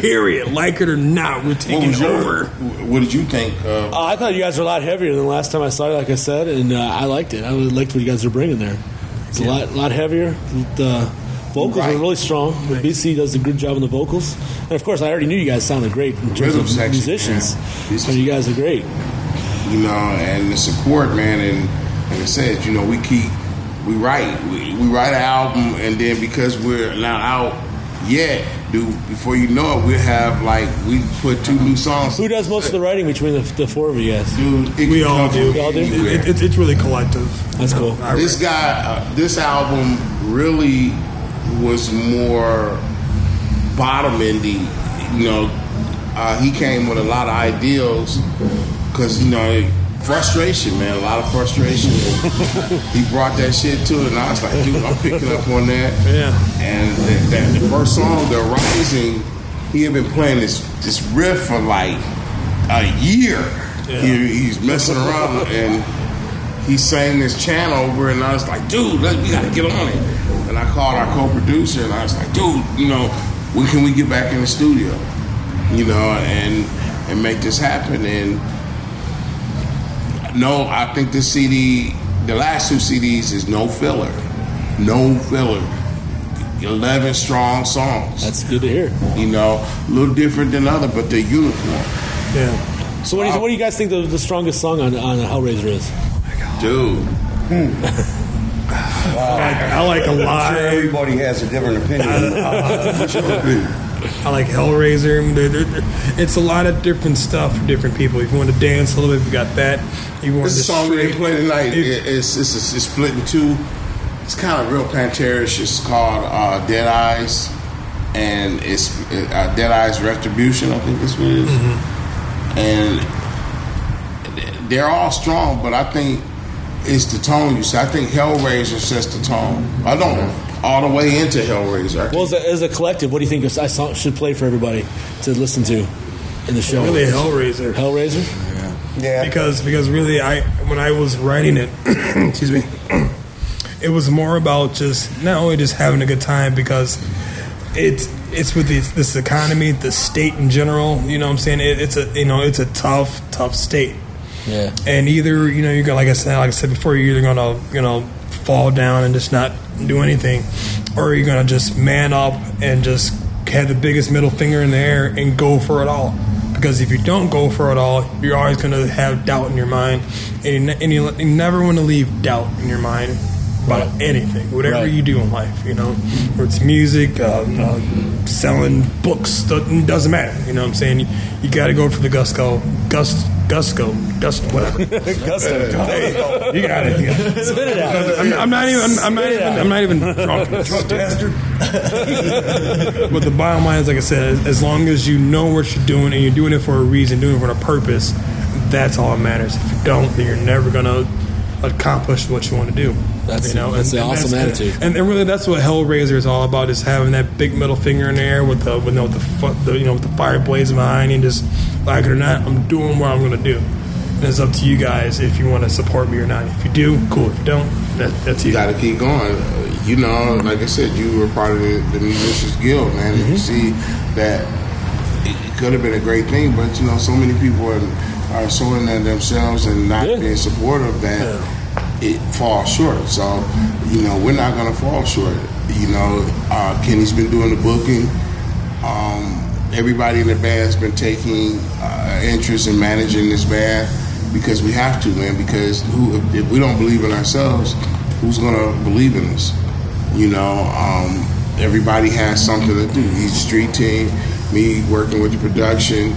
[SPEAKER 8] period. Like it or not, we're taking
[SPEAKER 16] was your-
[SPEAKER 8] over.
[SPEAKER 16] What did you think? Uh,
[SPEAKER 6] Oh, I thought you guys were a lot heavier than the last time I saw you. Like I said, and uh, I liked it. I really liked what you guys were bringing there. It's a lot, lot heavier. The vocals are really strong. The BC does a good job on the vocals, and of course, I already knew you guys sounded great in terms
[SPEAKER 16] Rhythm
[SPEAKER 6] of
[SPEAKER 16] section,
[SPEAKER 6] musicians. So you guys are great.
[SPEAKER 16] you know, and the support, man. And like I said, you know, we keep we write we, we write an album, and then because we're not out yet, dude, before you know it, we have like we put two new songs.
[SPEAKER 6] Who does most of the writing between the, the four of you guys?
[SPEAKER 16] Dude, it
[SPEAKER 8] We
[SPEAKER 16] can
[SPEAKER 8] all
[SPEAKER 16] come
[SPEAKER 8] do.
[SPEAKER 16] from
[SPEAKER 8] It-
[SPEAKER 16] anywhere.
[SPEAKER 8] it- it's- it's really collective.
[SPEAKER 6] That's
[SPEAKER 8] You know,
[SPEAKER 6] cool.
[SPEAKER 8] I-
[SPEAKER 16] this guy, uh, this album really was more bottom indie. You know, uh, he came with a lot of ideals because you know frustration, man, a lot of frustration. he brought that shit to it, and I was like, dude, I'm picking up on that.
[SPEAKER 8] Yeah.
[SPEAKER 16] And that, that the first song, "The Rising," he had been playing this this riff for like a year. He, he's messing around and he sang this chant over, and I was like, dude, let, we gotta get on it. And I called our co-producer, and I was like, dude, you know, when can we get back in the studio, you know, and and make this happen? And no, I think this CD, the last two CDs, is no filler, no filler. Eleven strong songs.
[SPEAKER 6] That's good to hear.
[SPEAKER 16] You know, a little different than other, but they're uniform.
[SPEAKER 8] Yeah.
[SPEAKER 6] So what do you, what do you guys think the, the strongest song on, on Hellraiser is?
[SPEAKER 16] Dude.
[SPEAKER 8] I like, I like
[SPEAKER 17] I'm sure
[SPEAKER 8] alive.
[SPEAKER 17] everybody has a different opinion.
[SPEAKER 8] I like Hellraiser. I mean, they're- they're- they're- it's a lot of different stuff for different people. If you want to dance a little bit, we got that. If you want
[SPEAKER 16] This
[SPEAKER 8] to
[SPEAKER 16] song we
[SPEAKER 8] straight,
[SPEAKER 16] play tonight it- it's, it's, it's, it's split in two. It's kind of real Panterish. It's called uh, Dead Eyes, and it's uh, Dead Eyes Retribution. I think that's what it is.
[SPEAKER 8] Mm-hmm.
[SPEAKER 16] And th- they're all strong, but I think it's the tone you set. I think Hellraiser sets the tone. I don't all the way into Hellraiser.
[SPEAKER 6] Well, as a, as a collective, what do you think is- I saw- should play for everybody to listen to in the show?
[SPEAKER 8] Really, Hellraiser.
[SPEAKER 6] Hellraiser?
[SPEAKER 8] Yeah. Because because really, I when I was writing it, excuse me, it was more about just not only just having a good time because it's it's with this, this economy, the state in general. You know, what I'm saying it, it's a you know it's a tough tough state.
[SPEAKER 6] Yeah.
[SPEAKER 8] And either you know you're gonna like I said like I said before you're either gonna you know fall down and just not do anything, or you're gonna just man up and just have the biggest middle finger in the air and go for it all. Because if you don't go for it all, you're always gonna have doubt in your mind, and you, ne- and you, you never want to leave doubt in your mind about anything, whatever
[SPEAKER 6] Right.
[SPEAKER 8] you do in life. You know, whether it's music, uh, uh, selling books, doesn't doesn't matter. You know what I'm saying? You, you got to go for the gusto, gust, gusto, gust, whatever.
[SPEAKER 6] Gusto.
[SPEAKER 8] You got it. You got it.
[SPEAKER 6] Spit it out.
[SPEAKER 8] I'm, I'm not even. I'm, I'm not
[SPEAKER 6] Spit it
[SPEAKER 8] even.
[SPEAKER 6] out.
[SPEAKER 8] I'm not even drunk. but the bottom line is, like I said, as long as you know what you're doing and you're doing it for a reason, doing it for a purpose, that's all that matters. If you don't, then you're never gonna accomplish what you want to do.
[SPEAKER 6] That's-
[SPEAKER 8] you know,
[SPEAKER 6] that's an awesome attitude.
[SPEAKER 8] And, and really, that's what Hellraiser is all about: is having that big middle finger in the air with the with, you know, the, fu- the you know with the fire blazing behind you, and just like it or not, I'm doing what I'm gonna do. And it's up to you guys if you want to support me or not. If you do, cool. If you don't, that, that's you.
[SPEAKER 16] got to keep going. Uh, You know, like I said, you were part of the, the Musicians Guild, man. And
[SPEAKER 8] Mm-hmm.
[SPEAKER 16] you see that it could have been a great thing, but you know, so many people are, are so in there themselves and not being supportive that it falls short. So, you know, we're not going to fall short. You know, uh, Kenny's been doing the booking. Um, everybody in the band's been taking uh, interest in managing this band because we have to, man. Because who, if, if we don't believe in ourselves, who's gonna believe in us? You know, um, everybody has something to do. He's street team. Me working with the production.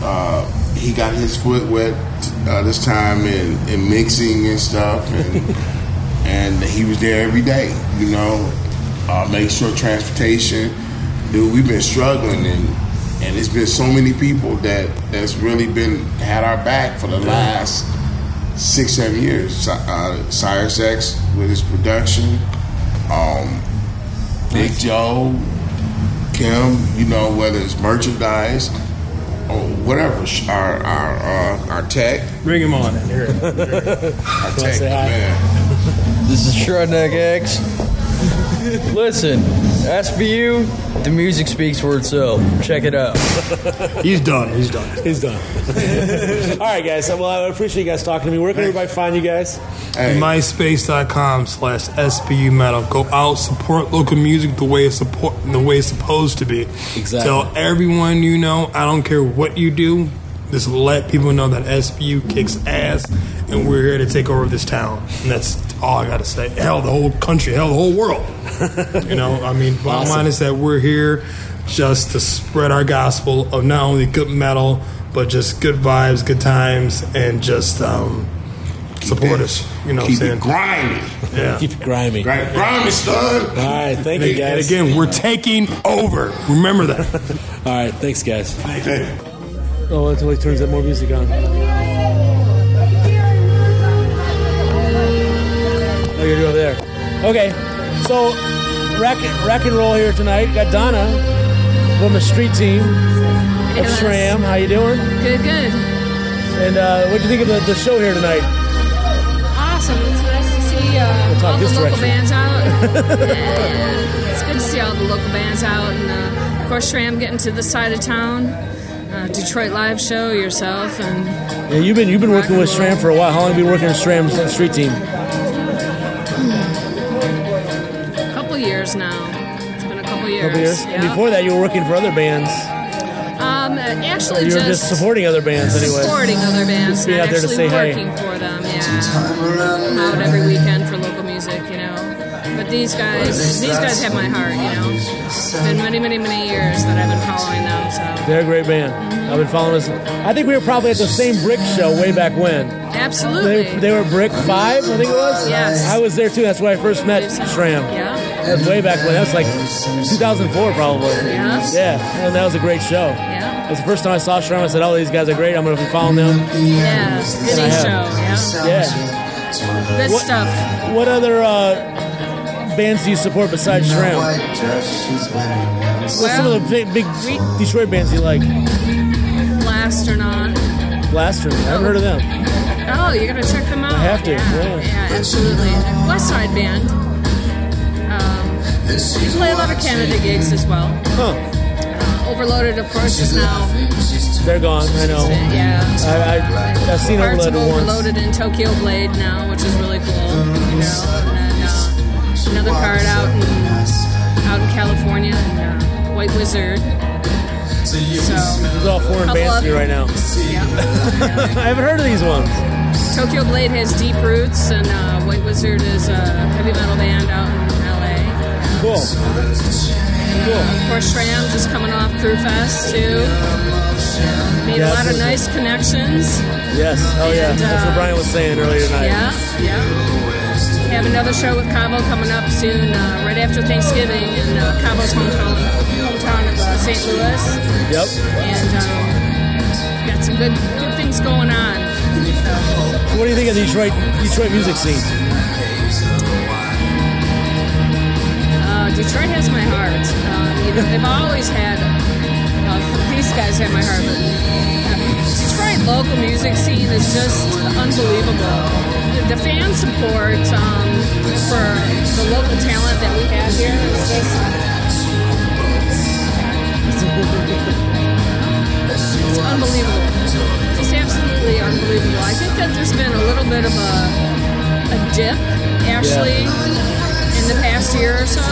[SPEAKER 16] Uh, he got his foot wet uh, this time in, in mixing and stuff, and and he was there every day. You know, uh, make sure transportation. Dude, we've been struggling, and and it's been so many people that that's really been had our back for the last six seven years. Si- Uh, Cyrus X with his production, um, Big Joe, Kim. You know, whether it's merchandise or whatever, sh- our our uh, our tech.
[SPEAKER 8] Bring him on. Here.
[SPEAKER 16] Our tech, man.
[SPEAKER 11] This is Shredneck X. Listen, SBU, the music speaks for itself. Check it out.
[SPEAKER 8] He's done. He's done.
[SPEAKER 6] He's done. All right, guys. Well, I appreciate you guys talking to me. Where can everybody find you guys?
[SPEAKER 8] myspace.com slash sbu metal go out support local music the way it's support the way it's supposed to be
[SPEAKER 6] Exactly.
[SPEAKER 8] tell everyone you know i don't care what you do just let people know that sbu kicks ass and we're here to take over this town and that's all i gotta say hell the whole country hell the whole world you know i mean bottom
[SPEAKER 6] Awesome.
[SPEAKER 8] line is that we're here just to spread our gospel of not only good metal but just good vibes good times and just um, support us you know
[SPEAKER 16] Keep
[SPEAKER 8] what i'm saying
[SPEAKER 16] it grimy.
[SPEAKER 8] yeah.
[SPEAKER 6] Keep it grimy.
[SPEAKER 16] Grimy, grimy son.
[SPEAKER 6] All right. Thank you,
[SPEAKER 8] And- and
[SPEAKER 6] guys.
[SPEAKER 8] again, we're taking over. Remember that.
[SPEAKER 6] All right. Thanks, guys. Oh, until he turns that more music on. Oh, you're over there. Okay, so rack, rack and roll here tonight. Got Donna from the street team of
[SPEAKER 13] Yes.
[SPEAKER 6] SRAM. How you doing?
[SPEAKER 13] Good, good.
[SPEAKER 6] And uh, what do you think of the, the show here tonight?
[SPEAKER 13] Awesome. It's nice to see
[SPEAKER 6] We'll
[SPEAKER 13] uh,
[SPEAKER 6] talk
[SPEAKER 13] all the
[SPEAKER 6] this
[SPEAKER 13] local
[SPEAKER 6] direction.
[SPEAKER 13] bands out. yeah, yeah. It's good to see all the local bands out. And uh, of course, Shram getting to this side of town. Uh, Detroit Live Show yourself. And
[SPEAKER 6] Yeah, you've been you've been working with SRAM for a while. How long have you been working with SRAM's uh, street team?
[SPEAKER 13] hmm, a couple years now. It's been a couple
[SPEAKER 6] A
[SPEAKER 13] years.
[SPEAKER 6] couple years.
[SPEAKER 13] Yeah.
[SPEAKER 6] And before that, you were working for other bands.
[SPEAKER 13] um, uh, actually,
[SPEAKER 6] you were just
[SPEAKER 13] just,
[SPEAKER 6] supporting other bands, anyway.
[SPEAKER 13] supporting other bands.
[SPEAKER 6] Just be
[SPEAKER 13] not
[SPEAKER 6] out there to
[SPEAKER 13] actually
[SPEAKER 6] say hey.
[SPEAKER 13] working for them. Yeah. I'm out every weekend for local music, you know. But these guys, these guys have my heart. You know, it's been many, many, many years that I've been following them. So
[SPEAKER 6] They're a great band. I've been following this. I think we were probably at the same Brick show way back when.
[SPEAKER 13] absolutely,
[SPEAKER 6] They, they were Brick Five, I think it was.
[SPEAKER 13] Yes.
[SPEAKER 6] I was there too. That's where I first met Shram.
[SPEAKER 13] Yeah.
[SPEAKER 6] That was way back when. That was like 2004, probably.
[SPEAKER 13] Yeah.
[SPEAKER 6] Yeah. And that was a great show.
[SPEAKER 13] Yeah.
[SPEAKER 6] It's the first time I saw Shram. I said, "Oh, these guys are great. I'm gonna be following them."
[SPEAKER 13] yeah,
[SPEAKER 6] And I
[SPEAKER 13] goody
[SPEAKER 6] have.
[SPEAKER 13] show. Yeah,
[SPEAKER 6] Yeah.
[SPEAKER 13] good
[SPEAKER 6] What-
[SPEAKER 13] stuff.
[SPEAKER 6] What other uh, bands do you support besides Shram? What's some of the big, big Detroit bands you like?
[SPEAKER 13] Blast or not?
[SPEAKER 6] Blaster. I haven't heard of them.
[SPEAKER 13] Oh, you're gonna check them out.
[SPEAKER 6] I have to.
[SPEAKER 13] Yeah,
[SPEAKER 6] yeah.
[SPEAKER 13] yeah, absolutely. West Side Band. Um, we play a lot of Canada gigs as well.
[SPEAKER 6] Huh.
[SPEAKER 13] Uh, Overloaded, of course, is now
[SPEAKER 6] They're gone. I know.
[SPEAKER 13] Yeah.
[SPEAKER 6] I, I, I've seen
[SPEAKER 13] parts of
[SPEAKER 6] Overloaded once.
[SPEAKER 13] Overloaded in Tokyo Blade now, which is really cool. You know, and then uh, another card out in out in California, and, uh, White Wizard. So,
[SPEAKER 6] These are all foreign
[SPEAKER 13] Couple
[SPEAKER 6] bands to me
[SPEAKER 13] other-
[SPEAKER 6] right now. I haven't heard of these ones.
[SPEAKER 13] Tokyo Blade has deep roots, and uh, White Wizard is a heavy metal band out in LA.
[SPEAKER 6] Cool.
[SPEAKER 13] Cool. uh, of course, Shram just coming off Crew Fest too. Made
[SPEAKER 6] Yes.
[SPEAKER 13] a lot of nice connections.
[SPEAKER 6] Yes. Oh yeah.
[SPEAKER 13] And, uh,
[SPEAKER 6] That's what Brian was saying earlier tonight.
[SPEAKER 13] Yeah, yeah. We have another show with Cabo coming up soon, uh, right after Thanksgiving, in uh, Cabo's hometown, hometown of uh, St. Louis.
[SPEAKER 6] Yep.
[SPEAKER 13] And um, got some good, good things going on. So,
[SPEAKER 6] What do you think of the Detroit Detroit music scene?
[SPEAKER 13] uh, Detroit has my heart. Um, you know, they've always had. Uh, these guys have my heart, but uh, Detroit local music scene is just unbelievable. The, the fan support um, for the local talent that we have here is just. It's unbelievable. It's absolutely unbelievable. I think that there's been a little bit of a, a dip, actually, in the past year or so.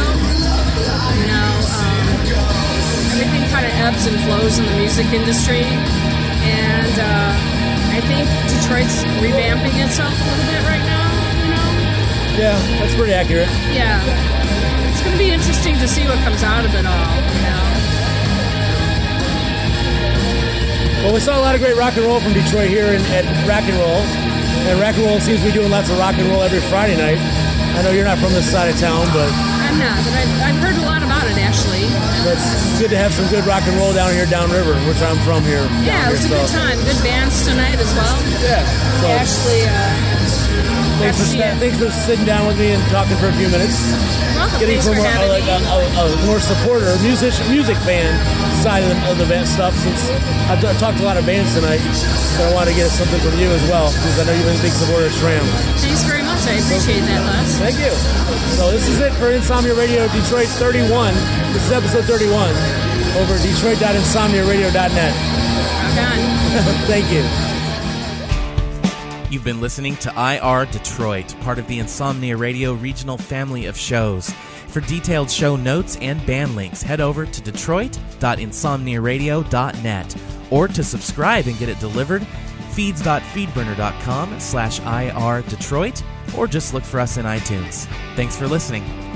[SPEAKER 13] You know, um, everything kind of ebbs and flows in the music industry. And uh, I think Detroit's revamping itself a little bit right now.
[SPEAKER 6] Yeah, that's pretty accurate.
[SPEAKER 13] Yeah. It's going to be interesting to see what comes out of it all, you know.
[SPEAKER 6] Well, we saw a lot of great rock and roll from Detroit here in, at Rock and Roll, and Rock and Roll seems to be doing lots of rock and roll every Friday night. I know you're not from this side of town, but
[SPEAKER 13] I'm not, but I've, I've heard a lot about it, actually.
[SPEAKER 6] it's good to have some good rock and roll down here downriver, which I'm from here. down
[SPEAKER 13] Yeah, it was a
[SPEAKER 6] here,
[SPEAKER 13] good
[SPEAKER 6] so.
[SPEAKER 13] time. Good bands tonight as well.
[SPEAKER 6] Yeah. So-
[SPEAKER 13] Ashley, uh,
[SPEAKER 6] Thanks for, sta-
[SPEAKER 13] Garcia.
[SPEAKER 6] thanks for sitting down with me and talking for a few minutes.
[SPEAKER 13] Welcome.
[SPEAKER 6] Getting
[SPEAKER 13] Thanks
[SPEAKER 6] from
[SPEAKER 13] for
[SPEAKER 6] a,
[SPEAKER 13] having
[SPEAKER 6] like a, a, a more supporter, musician, music fan side of the, of the band stuff. Since I've t- talked to a lot of bands tonight, but I want to get something from you as well because I know you've been a big supporter of Shram.
[SPEAKER 13] Thanks very much. I appreciate that, Les.
[SPEAKER 6] Thank you. So this is it for Insomnia Radio Detroit 31. This is episode 31 over at detroit.insomniaradio.net. Thank you.
[SPEAKER 2] You've been listening to IR Detroit, part of the Insomnia Radio regional family of shows. For detailed show notes and band links, head over to detroit.insomniaradio.net or to subscribe and get it delivered, feeds.feedburner.com slash IR Detroit, or just look for us in iTunes. Thanks for listening.